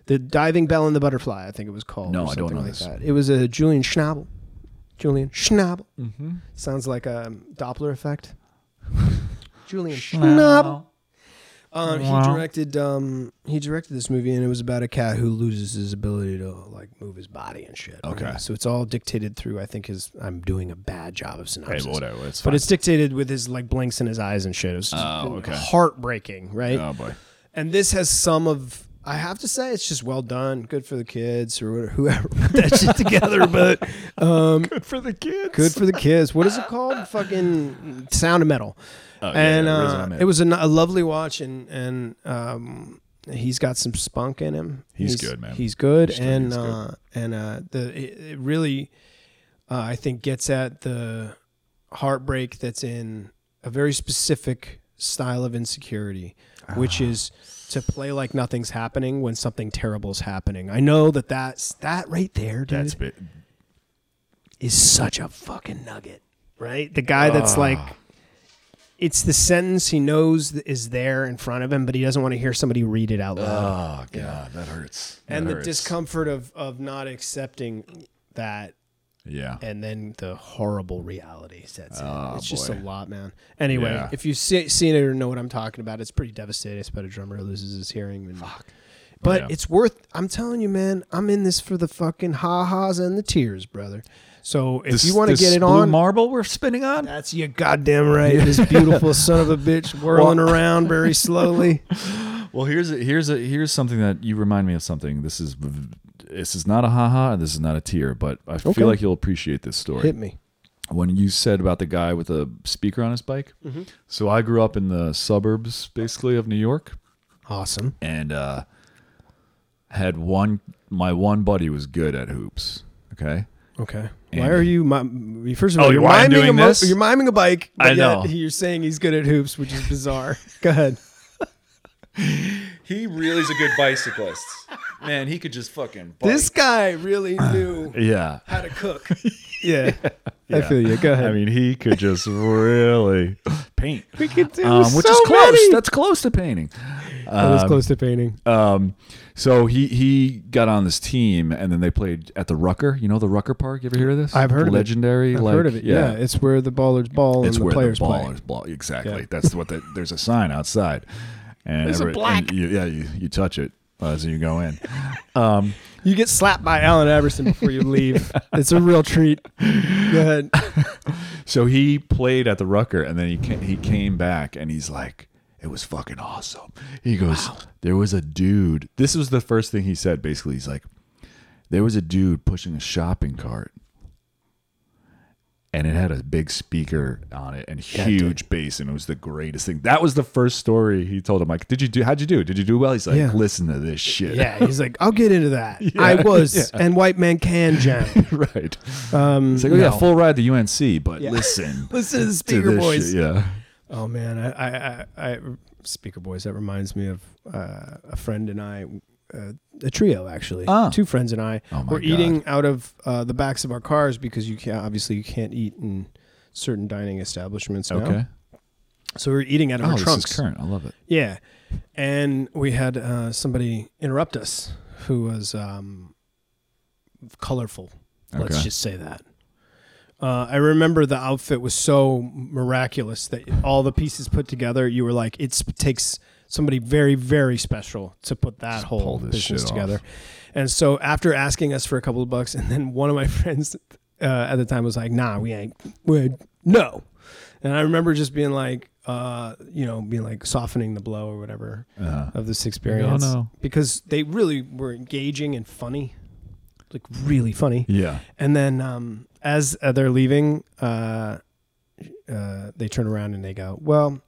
[SPEAKER 1] the diving bell and the butterfly. I think it was called.
[SPEAKER 2] No,
[SPEAKER 1] or
[SPEAKER 2] I don't
[SPEAKER 1] something
[SPEAKER 2] know
[SPEAKER 1] like
[SPEAKER 2] this.
[SPEAKER 1] That. It was a Julian Schnabel. Julian Schnabel sounds like a Doppler effect. Julian Schnabel. Um, he directed um, he directed this movie, and it was about a cat who loses his ability to like move his body and shit.
[SPEAKER 2] Okay.
[SPEAKER 1] so it's all dictated through. I think his I'm doing a bad job of
[SPEAKER 2] Hey,
[SPEAKER 1] synopsis.
[SPEAKER 2] but whatever. It's fine.
[SPEAKER 1] But it's dictated with his like blinks in his eyes and shit. It was just
[SPEAKER 2] Oh, okay.
[SPEAKER 1] heartbreaking, right?
[SPEAKER 2] oh boy.
[SPEAKER 1] And this has some of I have to say it's just well done, good for the kids or whatever- whoever put that shit together. But um,
[SPEAKER 2] Good for the kids.
[SPEAKER 1] good for the kids. What is it called? Fucking Sound of Metal.
[SPEAKER 2] Oh, yeah,
[SPEAKER 1] and
[SPEAKER 2] yeah, Riz
[SPEAKER 1] uh,
[SPEAKER 2] Ahmed.
[SPEAKER 1] it was a, n- a lovely watch, and and um, he's got some spunk in him.
[SPEAKER 2] He's good, man.
[SPEAKER 1] He's good,
[SPEAKER 2] He's-
[SPEAKER 1] and
[SPEAKER 2] he's good.
[SPEAKER 1] Uh, and uh, the it, it really, uh, I think, gets at the heartbreak that's in a very specific style of insecurity,
[SPEAKER 2] Ah.
[SPEAKER 1] which is to play like nothing's happening when something terrible's happening. I know that that's that right there, dude
[SPEAKER 2] That's bit.
[SPEAKER 1] is such a fucking nugget, right? The guy that's
[SPEAKER 2] Ah.
[SPEAKER 1] like, it's the sentence he knows that is there in front of him, but he doesn't want to hear somebody read it out loud.
[SPEAKER 2] Oh god, that hurts. That
[SPEAKER 1] and the
[SPEAKER 2] hurts.
[SPEAKER 1] discomfort of of not accepting that,
[SPEAKER 2] Yeah.
[SPEAKER 1] and then the horrible reality sets in.
[SPEAKER 2] Oh,
[SPEAKER 1] it's just a
[SPEAKER 2] boy.
[SPEAKER 1] lot, man. Anyway,
[SPEAKER 2] Yeah.
[SPEAKER 1] if you've se- seen it or know what I'm talking about, it's pretty devastating. It's about a drummer who loses his hearing. And, Fuck. But
[SPEAKER 2] Yeah.
[SPEAKER 1] it's worth. I'm telling you, man. I'm in this for the fucking ha ha's and the tears, brother. So if
[SPEAKER 2] This-
[SPEAKER 1] you want to
[SPEAKER 2] this
[SPEAKER 1] get it
[SPEAKER 2] blue
[SPEAKER 1] on,
[SPEAKER 2] marble we're spinning on.
[SPEAKER 1] That's you goddamn right. This beautiful son of a bitch whirling around very slowly.
[SPEAKER 2] Well, here's a, here's a, here's something that you remind me of something. This is this is not a haha and this is not a tear, but I
[SPEAKER 1] Okay.
[SPEAKER 2] feel like you'll appreciate this story.
[SPEAKER 1] Hit me.
[SPEAKER 2] When you said about the guy with a speaker on his bike,
[SPEAKER 1] Mm-hmm.
[SPEAKER 2] so I grew up in the suburbs basically of New York,
[SPEAKER 1] Awesome.
[SPEAKER 2] and uh, had one my one buddy was good at hoops. Okay,
[SPEAKER 1] Okay.
[SPEAKER 2] And-
[SPEAKER 1] Why are you? Mi- first of all,
[SPEAKER 2] Oh,
[SPEAKER 1] you're
[SPEAKER 2] why I'm
[SPEAKER 1] miming,
[SPEAKER 2] doing
[SPEAKER 1] a mo-
[SPEAKER 2] this?
[SPEAKER 1] you're miming a bike. But
[SPEAKER 2] I know.
[SPEAKER 1] Yet you're saying he's good at hoops, which is bizarre. Go ahead.
[SPEAKER 2] he really is a good bicyclist. Man, he could just fucking
[SPEAKER 1] This guy really knew
[SPEAKER 2] yeah.
[SPEAKER 1] how to cook. Yeah. I feel you. Go ahead.
[SPEAKER 2] I mean, he could just really paint,
[SPEAKER 1] we could do
[SPEAKER 2] um, which
[SPEAKER 1] so
[SPEAKER 2] is close.
[SPEAKER 1] many.
[SPEAKER 2] That's close to painting.
[SPEAKER 1] I was close to painting.
[SPEAKER 2] Um, so he he got on this team, and then they played at the Rucker. You know the Rucker Park. You ever hear of this?
[SPEAKER 1] I've heard of it.
[SPEAKER 2] Legendary,
[SPEAKER 1] I've
[SPEAKER 2] like,
[SPEAKER 1] heard of it. Yeah. it's where the ballers ball
[SPEAKER 2] it's
[SPEAKER 1] and
[SPEAKER 2] where
[SPEAKER 1] the players
[SPEAKER 2] the
[SPEAKER 1] play.
[SPEAKER 2] ballers ball. Exactly.
[SPEAKER 1] Yeah.
[SPEAKER 2] That's what the, there's a sign outside, and
[SPEAKER 1] There's a
[SPEAKER 2] every- and
[SPEAKER 1] black-
[SPEAKER 2] you, yeah, you, you touch it as you go in.
[SPEAKER 1] You get slapped by Alan Iverson before you leave. it's a real treat. Go ahead.
[SPEAKER 2] So he played at the Rucker, and then he came, he came back, and he's like, "It was fucking awesome." He goes, "There was a dude." This was the first thing he said. Basically, he's like, "There was a dude pushing a shopping cart, and it had a big speaker on it and huge bass, and it was the greatest thing." That was the first story he told him. Like, "Did you do? How'd you do? Did you do well?" He's like,
[SPEAKER 1] Yeah.
[SPEAKER 2] "Listen to this shit."
[SPEAKER 1] Yeah, he's like, I'll get into that. I was, and white man can jam.
[SPEAKER 2] right.
[SPEAKER 1] Um,
[SPEAKER 2] It's like, oh, yeah,
[SPEAKER 1] no.
[SPEAKER 2] full ride to UNC, but
[SPEAKER 1] Yeah.
[SPEAKER 2] listen.
[SPEAKER 1] Listen to the
[SPEAKER 2] To
[SPEAKER 1] speaker
[SPEAKER 2] this
[SPEAKER 1] boys.
[SPEAKER 2] shit. Yeah.
[SPEAKER 1] Oh man, I, I, I, I, speaker boys. That reminds me of uh, a friend and I, uh, a trio actually,
[SPEAKER 2] Ah.
[SPEAKER 1] two friends and I
[SPEAKER 2] Oh, my
[SPEAKER 1] were
[SPEAKER 2] God.
[SPEAKER 1] eating out of uh, the backs of our cars because you can't obviously you can't eat in certain dining establishments now.
[SPEAKER 2] Okay.
[SPEAKER 1] So we were eating out of
[SPEAKER 2] Oh,
[SPEAKER 1] our
[SPEAKER 2] this
[SPEAKER 1] trunks.
[SPEAKER 2] is current. I love it.
[SPEAKER 1] Yeah, and we had uh, somebody interrupt us who was um, colorful. Let's
[SPEAKER 2] Okay.
[SPEAKER 1] just say that. Uh, I remember the outfit was so miraculous that all the pieces put together, you were like, it takes somebody very, very special to put that whole
[SPEAKER 2] pull this
[SPEAKER 1] business
[SPEAKER 2] shit off.
[SPEAKER 1] together. And so after asking us for a couple of bucks, and then one of my friends uh, at the time was like, nah, we ain't, we no. And I remember just being like, uh, you know, being like softening the blow or whatever
[SPEAKER 2] Uh,
[SPEAKER 1] of this experience
[SPEAKER 2] no.
[SPEAKER 1] because they really were engaging and funny. like really funny.
[SPEAKER 2] Yeah.
[SPEAKER 1] And then um, as uh, they're leaving, uh, uh, they turn around and they go, "Well,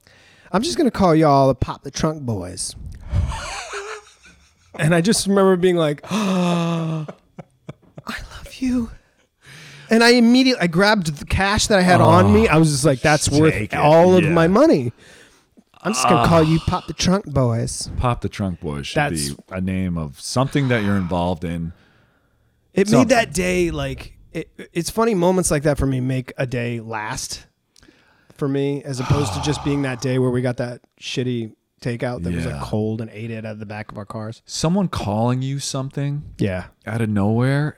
[SPEAKER 1] I'm just gonna call y'all the Pop the Trunk Boys." and I just remember being like, "I love you." And I immediately I grabbed the cash that I had on me. I was just like, "That's worth
[SPEAKER 2] take Oh, it.
[SPEAKER 1] all of
[SPEAKER 2] Yeah. Ah.
[SPEAKER 1] my money." I'm just gonna call you Pop the Trunk Boys.
[SPEAKER 2] Pop the Trunk Boys should
[SPEAKER 1] That's-
[SPEAKER 2] be a name of something that you're involved in.
[SPEAKER 1] It
[SPEAKER 2] Something.
[SPEAKER 1] made that day like it, it's funny moments like that for me make a day last for me as opposed to just being that day where we got that shitty takeout that was like
[SPEAKER 2] Yeah.
[SPEAKER 1] cold and ate it out of the back of our cars.
[SPEAKER 2] Someone calling you something
[SPEAKER 1] Yeah.
[SPEAKER 2] out of nowhere.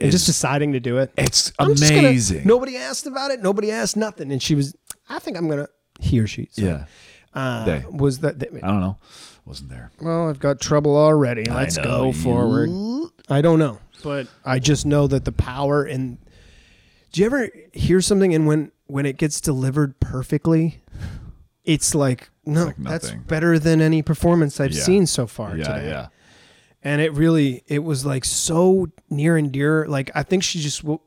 [SPEAKER 1] And just deciding to do it.
[SPEAKER 2] It's
[SPEAKER 1] I'm just gonna-
[SPEAKER 2] amazing.
[SPEAKER 1] nobody asked about it. Nobody asked nothing. And she was, I think I'm going to, he or she. sorry,
[SPEAKER 2] yeah.
[SPEAKER 1] Uh,
[SPEAKER 2] they.
[SPEAKER 1] Was that, that-
[SPEAKER 2] I don't know. Wasn't there.
[SPEAKER 1] well, I've got trouble already. Let's
[SPEAKER 2] know
[SPEAKER 1] go
[SPEAKER 2] you-
[SPEAKER 1] forward. I don't know, but I just know that the power in. Do you ever hear something and when when it gets delivered perfectly, it's like no,
[SPEAKER 2] like
[SPEAKER 1] that's
[SPEAKER 2] nothing.
[SPEAKER 1] better than any performance I've
[SPEAKER 2] Yeah.
[SPEAKER 1] seen so far
[SPEAKER 2] Yeah,
[SPEAKER 1] today.
[SPEAKER 2] yeah.
[SPEAKER 1] And it really, it was like so near and dear. Like I think she just, w-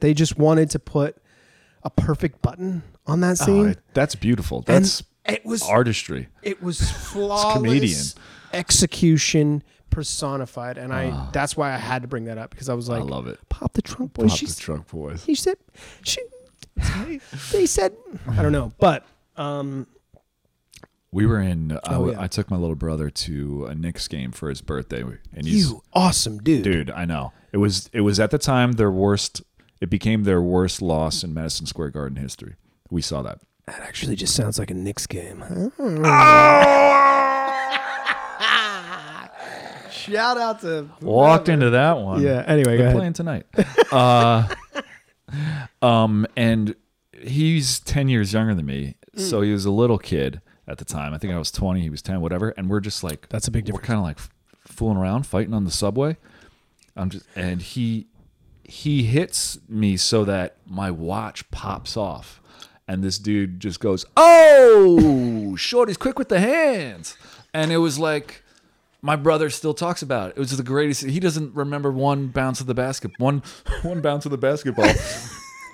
[SPEAKER 1] they just wanted to put a perfect button on that
[SPEAKER 2] Oh,
[SPEAKER 1] scene.
[SPEAKER 2] it- that's beautiful. That's
[SPEAKER 1] and it was
[SPEAKER 2] artistry.
[SPEAKER 1] it was flawless
[SPEAKER 2] comedian.
[SPEAKER 1] execution personified, and I that's why I had to bring that up because I was like,
[SPEAKER 2] Ah. I love it.
[SPEAKER 1] Pop the trunk boy.
[SPEAKER 2] Pop
[SPEAKER 1] She
[SPEAKER 2] the Trunk Boys.
[SPEAKER 1] he said she. they said I don't know, but um,
[SPEAKER 2] We were in. I w-
[SPEAKER 1] Oh, yeah.
[SPEAKER 2] I took my little brother to a Knicks game for his birthday, and he's
[SPEAKER 1] you awesome dude.
[SPEAKER 2] dude. I know it was. It was at the time their worst. It became their worst loss in Madison Square Garden history. We saw that.
[SPEAKER 1] That actually just sounds like a Knicks game. Shout out to
[SPEAKER 3] Walked into that one.
[SPEAKER 1] yeah. Anyway, go
[SPEAKER 2] They're
[SPEAKER 1] ahead.
[SPEAKER 2] playing tonight. uh, um, and he's ten years younger than me,
[SPEAKER 1] Mm.
[SPEAKER 2] so he was a little kid at the time. I think I was twenty. He was ten, whatever. And we're just like
[SPEAKER 1] That's a big difference.
[SPEAKER 2] We're kind of like f- fooling around, fighting on the subway. I'm just and he he hits me so that my watch pops off. And this dude just goes, Oh, shorty's quick with the hands. And it was like, my brother still talks about it. It was the greatest. He doesn't remember one bounce of the basket, one one bounce of the basketball,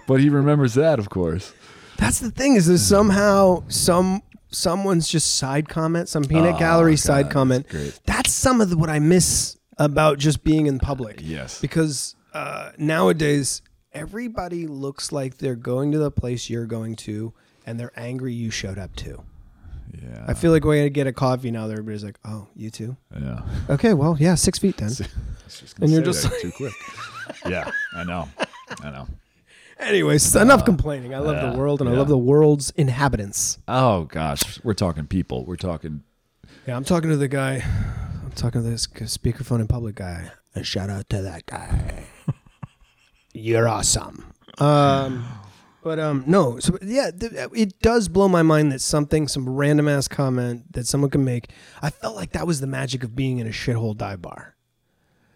[SPEAKER 2] but he remembers that, of course.
[SPEAKER 1] That's the thing is there's somehow some someone's just side comment, some peanut gallery side comment.
[SPEAKER 2] Ah, great.
[SPEAKER 1] That's some of the, what I miss about just being in public.
[SPEAKER 2] Yes.
[SPEAKER 1] Because uh, nowadays everybody looks like they're going to the place you're going to and they're angry you showed up to.
[SPEAKER 2] Yeah,
[SPEAKER 1] I feel like when I get a coffee now, everybody's like, "Oh, you too?
[SPEAKER 2] yeah.
[SPEAKER 1] Okay, well, yeah, six feet then." And you're just
[SPEAKER 2] too quick. yeah, I know, I know.
[SPEAKER 1] Anyways, enough complaining. I love the
[SPEAKER 2] yeah,
[SPEAKER 1] world and I
[SPEAKER 2] Ah. yeah.
[SPEAKER 1] love the world's inhabitants.
[SPEAKER 2] Oh gosh, we're talking people. We're talking.
[SPEAKER 1] Yeah, I'm talking to the guy. I'm talking to this speakerphone in public guy. A shout out to that guy. You're awesome. Um, but um, no. So yeah, th- it does blow my mind that something, some random ass comment that someone can make. I felt like that was the magic of being in a shithole dive bar.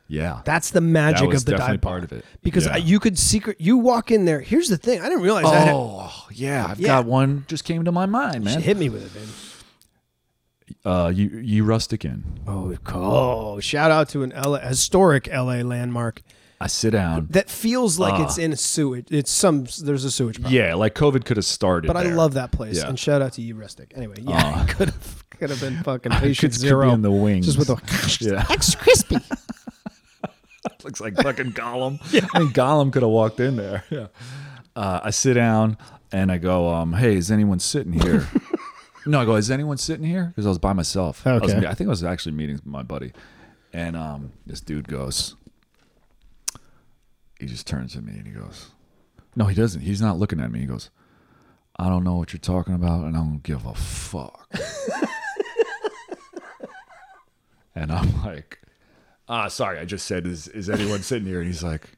[SPEAKER 2] Yeah,
[SPEAKER 1] That's the magic
[SPEAKER 2] was
[SPEAKER 1] of the
[SPEAKER 2] definitely
[SPEAKER 1] dive bar
[SPEAKER 2] part of it.
[SPEAKER 1] because
[SPEAKER 2] Yeah.
[SPEAKER 1] I, you could secret. You walk in there. Here's the thing. I didn't realize that. had-
[SPEAKER 2] Oh yeah, I've
[SPEAKER 1] Yeah.
[SPEAKER 2] got one. Just came to my mind,
[SPEAKER 1] She
[SPEAKER 2] man.
[SPEAKER 1] hit me with it, baby.
[SPEAKER 2] Uh, you you rustic in.
[SPEAKER 1] Oh, cool. shout out to an LA, historic LA landmark.
[SPEAKER 2] I sit down.
[SPEAKER 1] that feels like it's in a sewage. It's some there's a sewage problem.
[SPEAKER 2] Ah. Yeah, like COVID could have started.
[SPEAKER 1] but I
[SPEAKER 2] there.
[SPEAKER 1] love that place.
[SPEAKER 2] Yeah.
[SPEAKER 1] And shout out to you, Rustic. Anyway, yeah, could have could have been fucking patient
[SPEAKER 2] Kids could be
[SPEAKER 1] zero
[SPEAKER 2] in the wings.
[SPEAKER 1] just with a
[SPEAKER 2] Yeah.
[SPEAKER 1] extra crispy.
[SPEAKER 2] looks like fucking Gollum. I think Gollum could have walked in there. Yeah. Uh, I sit down and I go, um, "Hey, is anyone sitting here?" no, I go, "Is anyone sitting here?" Because I was by myself. I, was,
[SPEAKER 1] Okay.
[SPEAKER 2] I think I was actually meeting my buddy, and um, this dude goes, he just turns to me and he goes, "No, he doesn't. He's not looking at me." He goes, "I don't know what you're talking about, and I don't give a fuck." and I'm like, uh, sorry, I just said, is, is anyone sitting here? And he's like,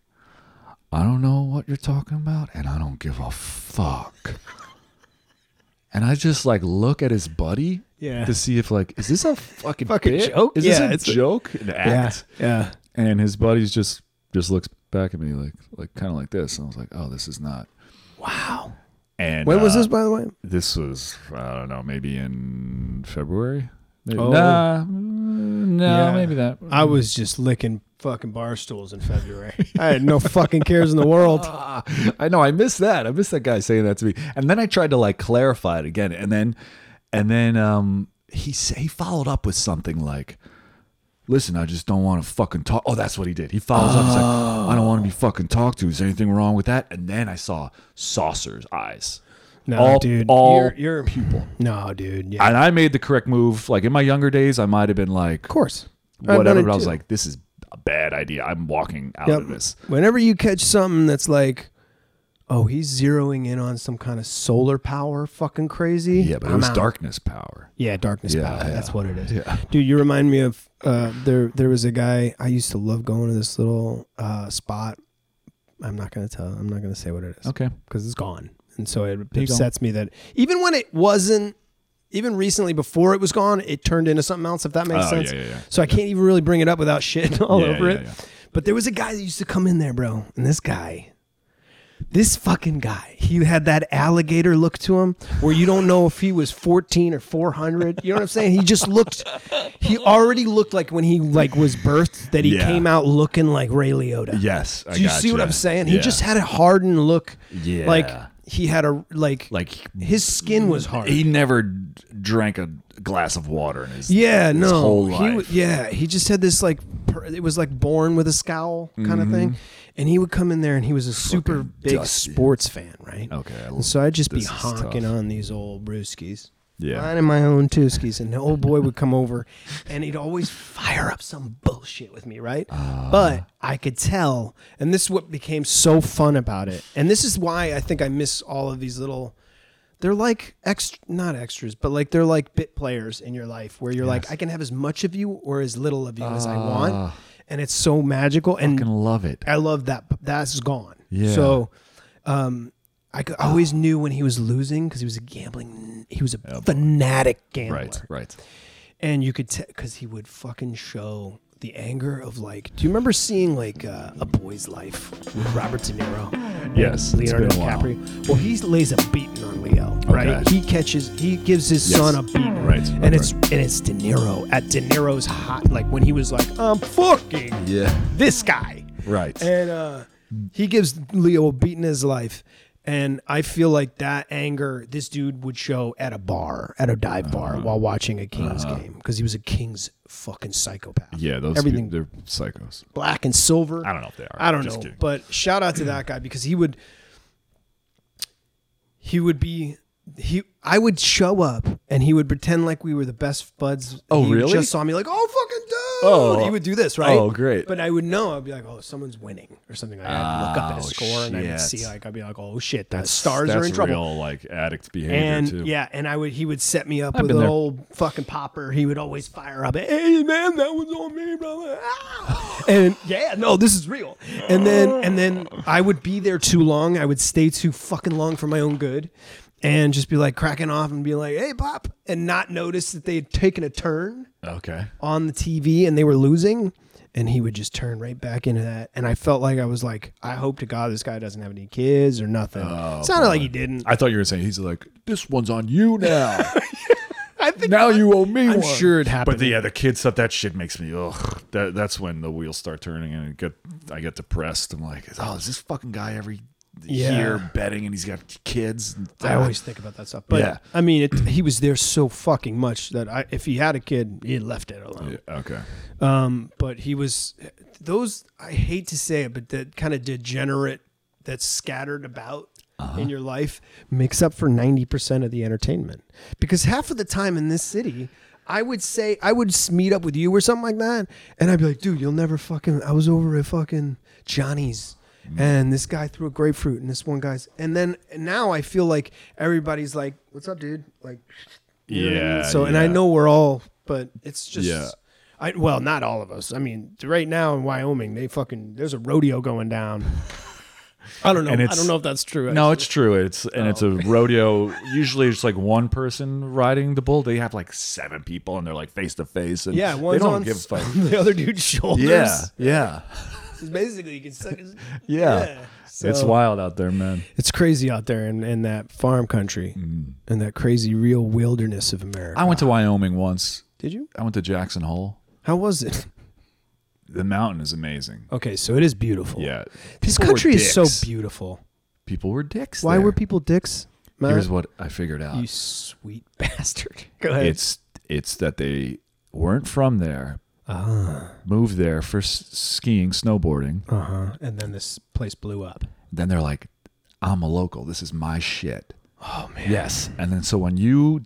[SPEAKER 2] I don't know what you're talking about, and I don't give a fuck. And I just like look at his buddy
[SPEAKER 1] Yeah.
[SPEAKER 2] to see if like, is this a fucking,
[SPEAKER 1] Fucking
[SPEAKER 2] bit?
[SPEAKER 1] joke?
[SPEAKER 2] Is
[SPEAKER 1] Yeah,
[SPEAKER 2] this
[SPEAKER 1] it's
[SPEAKER 2] a
[SPEAKER 1] a-
[SPEAKER 2] joke? An act?
[SPEAKER 1] yeah.
[SPEAKER 2] And his buddies just just looks back at me like like kind of like this. And I was like, oh, this is not.
[SPEAKER 1] Wow.
[SPEAKER 2] And
[SPEAKER 1] When was
[SPEAKER 2] uh,
[SPEAKER 1] this, by the way?
[SPEAKER 2] This was I don't know, maybe in February. Maybe,
[SPEAKER 1] Oh.
[SPEAKER 2] Nah, mm, no,
[SPEAKER 1] Yeah.
[SPEAKER 2] maybe that.
[SPEAKER 1] I was just licking fucking bar stools in February. I had no fucking cares in the world.
[SPEAKER 2] Ah, I know. I miss that. I miss that guy saying that to me. And then I tried to like clarify it again, and then, and then um, he sa- he followed up with something like, "Listen, I just don't want to fucking talk." Oh, that's what he did. He follows up. He's like, "I don't want to be fucking talked to. Is there anything wrong with that?" And then I saw saucers eyes.
[SPEAKER 1] No,
[SPEAKER 2] all,
[SPEAKER 1] Oh, dude.
[SPEAKER 2] all
[SPEAKER 1] you're, you're
[SPEAKER 2] people.
[SPEAKER 1] no, dude. Yeah,
[SPEAKER 2] And I made the correct move. Like in my younger days, I might have been like,
[SPEAKER 1] of course. I've done
[SPEAKER 2] whatever.
[SPEAKER 1] it
[SPEAKER 2] But I was
[SPEAKER 1] too.
[SPEAKER 2] like, this is a bad idea. I'm walking out
[SPEAKER 1] Yep.
[SPEAKER 2] of this.
[SPEAKER 1] Whenever you catch something that's like, oh, he's zeroing in on some kind of solar power, fucking crazy.
[SPEAKER 2] Yeah, but it
[SPEAKER 1] I'm
[SPEAKER 2] was
[SPEAKER 1] out.
[SPEAKER 2] darkness power.
[SPEAKER 1] Yeah, darkness
[SPEAKER 2] Yeah,
[SPEAKER 1] power.
[SPEAKER 2] yeah.
[SPEAKER 1] That's what it is.
[SPEAKER 2] Yeah.
[SPEAKER 1] Dude, you remind me of uh, there. There was a guy I used to love going to this little uh, spot. I'm not gonna tell. I'm not gonna say what it is
[SPEAKER 2] Okay.
[SPEAKER 1] because it's gone, and so it
[SPEAKER 2] you go.
[SPEAKER 1] upsets me that even when it wasn't, even recently before it was gone, it turned into something else. If that makes
[SPEAKER 2] Oh,
[SPEAKER 1] sense.
[SPEAKER 2] yeah, yeah, yeah.
[SPEAKER 1] So I can't even really bring it up without shitting all
[SPEAKER 2] Yeah,
[SPEAKER 1] over
[SPEAKER 2] yeah,
[SPEAKER 1] it.
[SPEAKER 2] yeah.
[SPEAKER 1] But there was a guy that used to come in there, bro, and this guy. This fucking guy, he had that alligator look to him where you don't know if he was 14 or 400. You know what I'm saying? He just looked, he already looked like when he like was birthed that he
[SPEAKER 2] Yeah.
[SPEAKER 1] came out looking like Ray Liotta.
[SPEAKER 2] Yes. I
[SPEAKER 1] Do you see what
[SPEAKER 2] gotcha.
[SPEAKER 1] I'm saying?
[SPEAKER 2] Yeah.
[SPEAKER 1] He just had a hardened look.
[SPEAKER 2] Yeah.
[SPEAKER 1] Like he had a, like, like
[SPEAKER 2] like
[SPEAKER 1] his skin was hard.
[SPEAKER 2] he never d- drank a glass of water in his
[SPEAKER 1] Yeah, no.
[SPEAKER 2] whole
[SPEAKER 1] he w-
[SPEAKER 2] life.
[SPEAKER 1] yeah, he just had this like per, it was like born with a scowl kind of thing,
[SPEAKER 2] Mm-hmm.
[SPEAKER 1] and he would come in there and he was a super big
[SPEAKER 2] dusty.
[SPEAKER 1] sports fan, right?
[SPEAKER 2] Okay, I
[SPEAKER 1] and so I'd just be
[SPEAKER 2] this is
[SPEAKER 1] honking
[SPEAKER 2] tough.
[SPEAKER 1] on these old brewskis.
[SPEAKER 2] Yeah.
[SPEAKER 1] Mine and my own tooskies, and the old boy would come over, and he'd always fire up some bullshit with me, right?
[SPEAKER 2] Ah.
[SPEAKER 1] but I could tell, and this is what became so fun about it, and this is why I think I miss all of these little they're like extra, not extras, but like they're like bit players in your life where you're like, I can have as much of you or as little of you as I want, and it's so magical. And
[SPEAKER 2] Ah. fucking love it.
[SPEAKER 1] I love that. That's gone.
[SPEAKER 2] Yeah.
[SPEAKER 1] So, um, I c- always knew when he was losing because he was a gambling. He was a fanatic gambler,
[SPEAKER 2] Right, right.
[SPEAKER 1] and you could tell because he would fucking show the anger of like. Do you remember seeing like uh, a Boy's Life with Robert De Niro?
[SPEAKER 2] Yes. It's
[SPEAKER 1] Leonardo
[SPEAKER 2] been a while.
[SPEAKER 1] DiCaprio. Well, he lays a beating on Leo, right?
[SPEAKER 2] Okay.
[SPEAKER 1] He catches, he gives his
[SPEAKER 2] Yes.
[SPEAKER 1] son a beating,
[SPEAKER 2] Right, right,
[SPEAKER 1] And it's and it's De Niro at De Niro's hot, like when he was like, "I'm fucking
[SPEAKER 2] Yeah.
[SPEAKER 1] this guy,"
[SPEAKER 2] Right.
[SPEAKER 1] and uh, he gives Leo a beating in his life. And I feel like that anger this dude would show at a bar, at a dive bar,
[SPEAKER 2] Uh-huh.
[SPEAKER 1] while watching a Kings game because he was a Kings fucking psychopath.
[SPEAKER 2] yeah, those
[SPEAKER 1] everything
[SPEAKER 2] people, they're psychos.
[SPEAKER 1] black and silver.
[SPEAKER 2] I don't know if they are.
[SPEAKER 1] I don't
[SPEAKER 2] Just
[SPEAKER 1] know.
[SPEAKER 2] kidding.
[SPEAKER 1] But shout out to that guy because he would he would be he I would show up and he would pretend like we were the best buds.
[SPEAKER 2] Oh,
[SPEAKER 1] He
[SPEAKER 2] really?
[SPEAKER 1] Just saw me like, oh fucking dude.
[SPEAKER 2] Oh.
[SPEAKER 1] he would do this, right?
[SPEAKER 2] Oh, great.
[SPEAKER 1] But I would know. I'd be like, oh, someone's winning or something. Like that. I'd look up at a
[SPEAKER 2] Oh,
[SPEAKER 1] score and I would
[SPEAKER 2] shit.
[SPEAKER 1] see like I'd be like, oh shit, the stars are
[SPEAKER 2] That's
[SPEAKER 1] in trouble.
[SPEAKER 2] real like addict behavior
[SPEAKER 1] And
[SPEAKER 2] too.
[SPEAKER 1] yeah, and I would he would set me up
[SPEAKER 2] I've
[SPEAKER 1] with
[SPEAKER 2] been
[SPEAKER 1] an
[SPEAKER 2] there.
[SPEAKER 1] old fucking popper. He would always fire up. Hey man, that was on me, brother. Ah! and yeah, no, this is real. And then and then I would be there too long. I would stay too fucking long for my own good. And just be like cracking off and be like, hey pop, and not notice that they had taken a turn
[SPEAKER 2] Okay.
[SPEAKER 1] on the TV and they were losing. And he would just turn right back into that. And I felt like I was like, I hope to God this guy doesn't have any kids or nothing.
[SPEAKER 2] Oh,
[SPEAKER 1] Sounded like he didn't.
[SPEAKER 2] I thought you were saying he's like, this one's on you now.
[SPEAKER 1] I think
[SPEAKER 2] now you owe me
[SPEAKER 1] I'm
[SPEAKER 2] one.
[SPEAKER 1] sure it happened.
[SPEAKER 2] But the, yeah, the kid stuff that shit makes me ugh. That that's when the wheels start turning and I get I get depressed. I'm like, oh, is this fucking guy every
[SPEAKER 1] Yeah.
[SPEAKER 2] year betting and he's got kids? And
[SPEAKER 1] I always think about that stuff. But
[SPEAKER 2] Yeah.
[SPEAKER 1] I mean, it, he was there so fucking much that I, if he had a kid, he left it alone.
[SPEAKER 2] Yeah, okay.
[SPEAKER 1] Um, but he was those. I hate to say it, but that kind of degenerate that's scattered about in your life makes up for ninety percent of the entertainment. Because half of the time in this city, I would say I would s- meet up with you or something like that, and I'd be like, "Dude, you'll never fucking." I was over at fucking Johnny's. And this guy threw a grapefruit, and this one guy's, and then now I feel like everybody's like, "What's up, dude?" Like, you know what I mean?
[SPEAKER 2] Yeah.
[SPEAKER 1] So, and I
[SPEAKER 2] yeah.
[SPEAKER 1] know we're all, but it's just,
[SPEAKER 2] Yeah.
[SPEAKER 1] I well, not all of us. I mean, right now in Wyoming, they fucking there's a rodeo going down. I don't know.
[SPEAKER 2] And
[SPEAKER 1] I
[SPEAKER 2] it's-
[SPEAKER 1] don't know if that's true.
[SPEAKER 2] No,
[SPEAKER 1] actually.
[SPEAKER 2] it's true. It's and it's
[SPEAKER 1] Oh.
[SPEAKER 2] a rodeo. Usually, it's like one person riding the bull. They have like seven people, and they're like face to face. And
[SPEAKER 1] yeah,
[SPEAKER 2] they
[SPEAKER 1] one's
[SPEAKER 2] don't
[SPEAKER 1] on
[SPEAKER 2] give a fuck.
[SPEAKER 1] the other dude's shoulders.
[SPEAKER 2] Yeah, yeah,
[SPEAKER 1] basically you can suck his.
[SPEAKER 2] yeah. it's
[SPEAKER 1] So-
[SPEAKER 2] wild out there, man.
[SPEAKER 1] It's crazy out there in, in that farm country,
[SPEAKER 2] Mm.
[SPEAKER 1] in that crazy real wilderness of America.
[SPEAKER 2] I went to Wyoming once.
[SPEAKER 1] Did you?
[SPEAKER 2] I went to Jackson Hole.
[SPEAKER 1] How was it?
[SPEAKER 2] the mountain is amazing.
[SPEAKER 1] Okay, so it is beautiful.
[SPEAKER 2] Yeah,
[SPEAKER 1] This
[SPEAKER 2] People were
[SPEAKER 1] country is so
[SPEAKER 2] dicks.
[SPEAKER 1] beautiful.
[SPEAKER 2] people were dicks.
[SPEAKER 1] Why
[SPEAKER 2] there.
[SPEAKER 1] were people dicks? Matt?
[SPEAKER 2] Here's what I figured out.
[SPEAKER 1] you sweet bastard. Go ahead.
[SPEAKER 2] It's it's that they weren't from there,
[SPEAKER 1] ah,
[SPEAKER 2] moved there for s- skiing, snowboarding.
[SPEAKER 1] uh huh. And then this place blew up.
[SPEAKER 2] Then they're like, "I'm a local. This is my shit."
[SPEAKER 1] Oh man.
[SPEAKER 2] Yes. And then so when you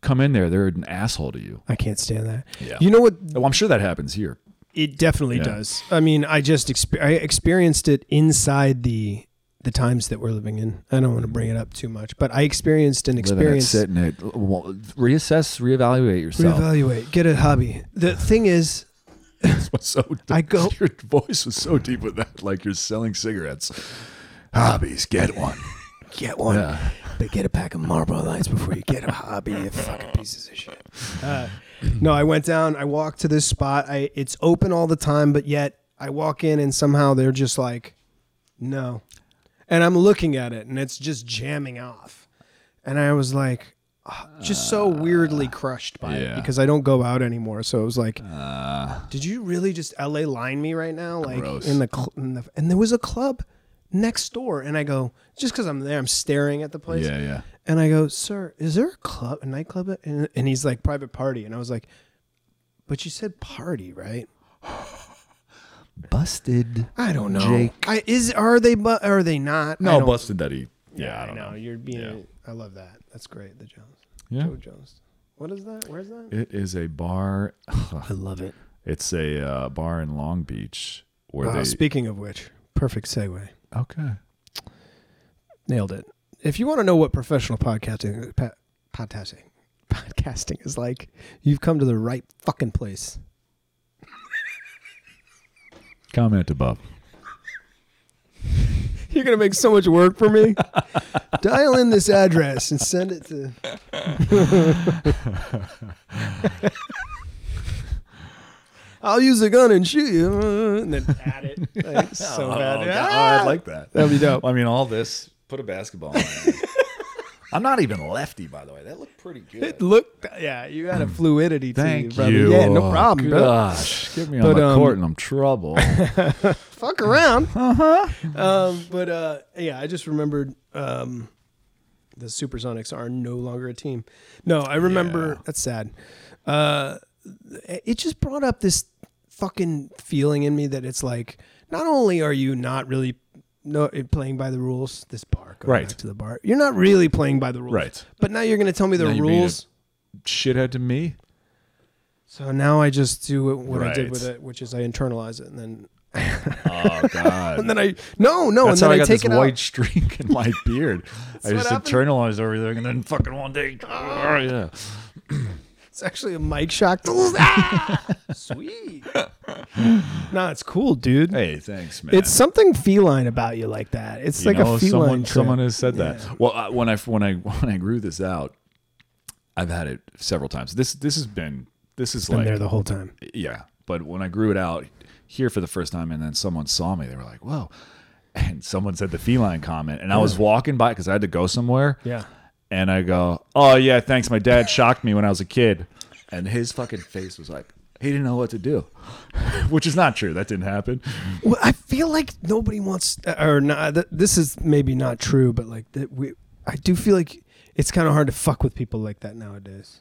[SPEAKER 2] come in there, they're an asshole to you.
[SPEAKER 1] I can't stand that.
[SPEAKER 2] Yeah.
[SPEAKER 1] You know what?
[SPEAKER 2] Oh, I'm sure that happens here.
[SPEAKER 1] It definitely
[SPEAKER 2] Yeah.
[SPEAKER 1] does. I mean, I just exper- I experienced it inside the the times that we're living in. I don't want to bring it up too much, but I experienced an experience.
[SPEAKER 2] Living it, sitting it. Well, reassess, reevaluate yourself.
[SPEAKER 1] Reevaluate. Get a hobby. The thing is,
[SPEAKER 2] This was so deep.
[SPEAKER 1] I go-
[SPEAKER 2] Your voice was so deep with that, like you're selling cigarettes. Hobbies, get one.
[SPEAKER 1] get one,
[SPEAKER 2] Yeah.
[SPEAKER 1] but get a pack of Marlboro Lights before you get a hobby. You fucking pieces of shit. Uh, no, I went down. I walked to this spot. I it's open all the time, but yet I walk in and somehow they're just like, no. And I'm looking at it and it's just jamming off. And I was like, ah, just so weirdly crushed by it
[SPEAKER 2] Uh, yeah. Uh,
[SPEAKER 1] because I don't go out anymore. So it was like, did you really just LA line me right now? Like
[SPEAKER 2] Gross.
[SPEAKER 1] in the, cl- in the and there was a club next door, and I go just because I'm there, I'm staring at the place,
[SPEAKER 2] yeah, yeah.
[SPEAKER 1] and I go, sir, is there a club, a nightclub? at-" And, and he's like, private party, and I was like, but you said party, right?
[SPEAKER 3] Busted.
[SPEAKER 1] I don't know.
[SPEAKER 3] Jake.
[SPEAKER 1] I, is are they bu- are they not? I
[SPEAKER 2] No,
[SPEAKER 1] don't-
[SPEAKER 2] busted that he. Yeah, I
[SPEAKER 1] I
[SPEAKER 2] don't
[SPEAKER 1] know
[SPEAKER 2] know.
[SPEAKER 1] you're being.
[SPEAKER 2] Yeah.
[SPEAKER 1] I love that. That's great. The Jones,
[SPEAKER 2] Yeah.
[SPEAKER 1] Joe Jones. What is that? Where's that?
[SPEAKER 2] It is a bar.
[SPEAKER 1] I love it.
[SPEAKER 2] It's a uh, bar in Long Beach where they.
[SPEAKER 1] Speaking of which, perfect segue.
[SPEAKER 2] okay.
[SPEAKER 1] Nailed it. If you want to know what professional podcasting pa- podcasting podcasting is like, you've come to the right fucking place.
[SPEAKER 2] Comment above.
[SPEAKER 1] You're gonna make so much work for me. Dial in this address and send it to. I'll use a gun and shoot you, and then add it. Like, so bad. Ah!
[SPEAKER 2] I like Oh, that.
[SPEAKER 1] That'd be dope.
[SPEAKER 2] I mean, all this. Put a basketball. on it. I'm not even lefty, by the way. That looked pretty good.
[SPEAKER 1] It looked, yeah, you had a fluidity to you,
[SPEAKER 2] Thank
[SPEAKER 1] brother.
[SPEAKER 2] you.
[SPEAKER 1] Yeah, no
[SPEAKER 2] Oh,
[SPEAKER 1] problem, bro.
[SPEAKER 2] Gosh, get me on
[SPEAKER 1] But,
[SPEAKER 2] the
[SPEAKER 1] um,
[SPEAKER 2] court and I'm trouble.
[SPEAKER 1] fuck around.
[SPEAKER 2] Uh-huh.
[SPEAKER 1] Um, but uh, yeah, I just remembered um, the Supersonics are no longer a team. No, I remember
[SPEAKER 2] Yeah.
[SPEAKER 1] that's sad. Uh, it just brought up this fucking feeling in me that it's like not only are you not really no playing by the rules, this bar going
[SPEAKER 2] Right.
[SPEAKER 1] back to the bar, you're not really playing by the rules,
[SPEAKER 2] Right.
[SPEAKER 1] But now you're gonna tell me the
[SPEAKER 2] Now you made
[SPEAKER 1] rules.
[SPEAKER 2] Shithead to me.
[SPEAKER 1] So now I just do what, what I did
[SPEAKER 2] Right.
[SPEAKER 1] with it, which is I internalize it and then
[SPEAKER 2] Oh God.
[SPEAKER 1] and then I no no
[SPEAKER 2] That's
[SPEAKER 1] and then
[SPEAKER 2] how I,
[SPEAKER 1] I
[SPEAKER 2] got
[SPEAKER 1] take
[SPEAKER 2] this
[SPEAKER 1] it out.
[SPEAKER 2] white streak in my beard. I
[SPEAKER 1] what
[SPEAKER 2] just
[SPEAKER 1] happened.
[SPEAKER 2] internalized everything, and then fucking one day, oh, yeah.
[SPEAKER 1] It's actually a mic shock. Ah! Sweet. nah, it's cool, dude.
[SPEAKER 2] Hey, thanks, man.
[SPEAKER 1] It's something feline about you like that. It's
[SPEAKER 2] You
[SPEAKER 1] like
[SPEAKER 2] know,
[SPEAKER 1] a feline.
[SPEAKER 2] someone
[SPEAKER 1] trait.
[SPEAKER 2] someone has said that. Well, I, when I when I when I grew this out, I've had it several times. This this has been this is
[SPEAKER 1] been
[SPEAKER 2] like
[SPEAKER 1] there the whole time.
[SPEAKER 2] yeah. But when I grew it out here for the first time, and then someone saw me, they were like, "Whoa!" And someone said the feline comment, and I was walking by because I had to go somewhere.
[SPEAKER 1] Yeah.
[SPEAKER 2] And I go, "Oh yeah, thanks. My dad shocked me when I was a kid," and his fucking face was like, he didn't know what to do, which is not true. That didn't happen.
[SPEAKER 1] Well, I feel like nobody wants, uh, or not. Th- this is maybe not true, but like that we, I do feel like it's kind of hard to fuck with people like that nowadays.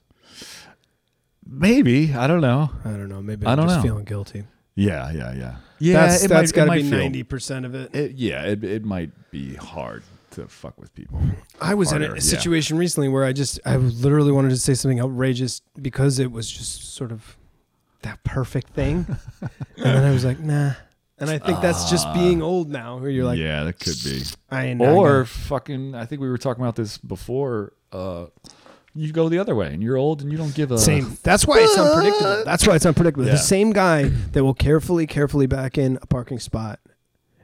[SPEAKER 2] Maybe I don't know.
[SPEAKER 1] I don't know. Maybe
[SPEAKER 2] I
[SPEAKER 1] I'm
[SPEAKER 2] don't
[SPEAKER 1] just
[SPEAKER 2] know.
[SPEAKER 1] feeling guilty.
[SPEAKER 2] Yeah, yeah, yeah.
[SPEAKER 1] that's
[SPEAKER 2] it
[SPEAKER 1] that's
[SPEAKER 2] might- it
[SPEAKER 1] got to
[SPEAKER 2] might
[SPEAKER 1] be
[SPEAKER 2] feel-
[SPEAKER 1] ninety percent of it.
[SPEAKER 2] It, yeah, it, it might be hard to fuck with people.
[SPEAKER 1] I was in
[SPEAKER 2] harder,
[SPEAKER 1] a
[SPEAKER 2] yeah.
[SPEAKER 1] situation recently where I just I literally wanted to say something outrageous because it was just sort of that perfect thing, and then I was like, nah. And I think that's just being old now, where you're like,
[SPEAKER 2] Ah. yeah, that could be.
[SPEAKER 1] I ain't
[SPEAKER 2] Or fucking, I think we were talking about this before. Uh, you go the other way, and you're old, and you don't give a
[SPEAKER 1] same. That's why it's unpredictable. That's why it's unpredictable.
[SPEAKER 2] Yeah.
[SPEAKER 1] The same guy that will carefully, carefully back in a parking spot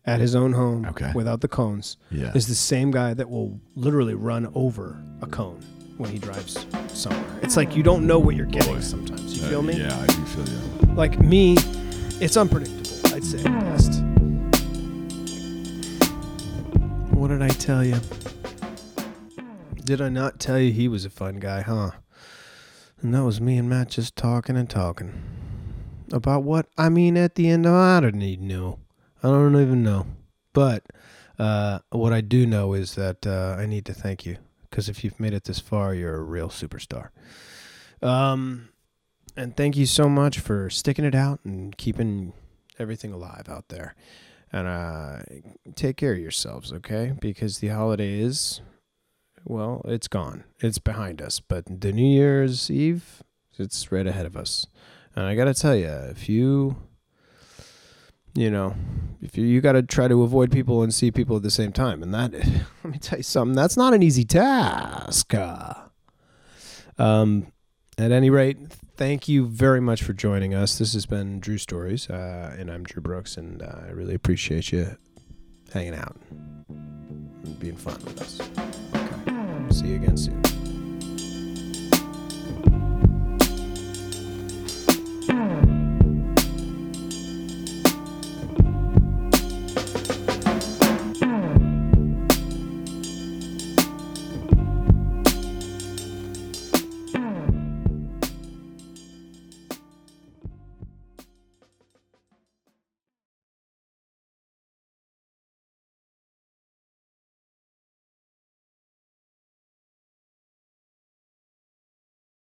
[SPEAKER 1] at his own home
[SPEAKER 2] Okay.
[SPEAKER 1] without the cones
[SPEAKER 2] Yeah.
[SPEAKER 1] is the same guy that will literally run over a cone when he drives somewhere. It's like you don't know what you're getting sometimes. You
[SPEAKER 2] Uh,
[SPEAKER 1] feel me?
[SPEAKER 2] Yeah, I do feel you.
[SPEAKER 1] like me, it's unpredictable. I'd say at best. What did I tell you? Did I not tell you he was a fun guy, huh? And that was me and Matt just talking and talking. about what I mean at the end. I don't even know. I don't even know. But uh, what I do know is that uh, I need to thank you because if you've made it this far, you're a real superstar. Um, and thank you so much for sticking it out and keeping everything alive out there. And uh, take care of yourselves, okay? Because the holiday is, well, it's gone. It's behind us. But the New Year's Eve, it's right ahead of us. And I gotta tell you, if you, you know, if you, you gotta try to avoid people and see people at the same time, and that, let me tell you something, that's not an easy task. uh. Um, at any rate, thank you very much for joining us. This has been Drew Stories, uh, and I'm Drew Brooks, and uh, I really appreciate you hanging out and being fun with us. Okay. See you again soon.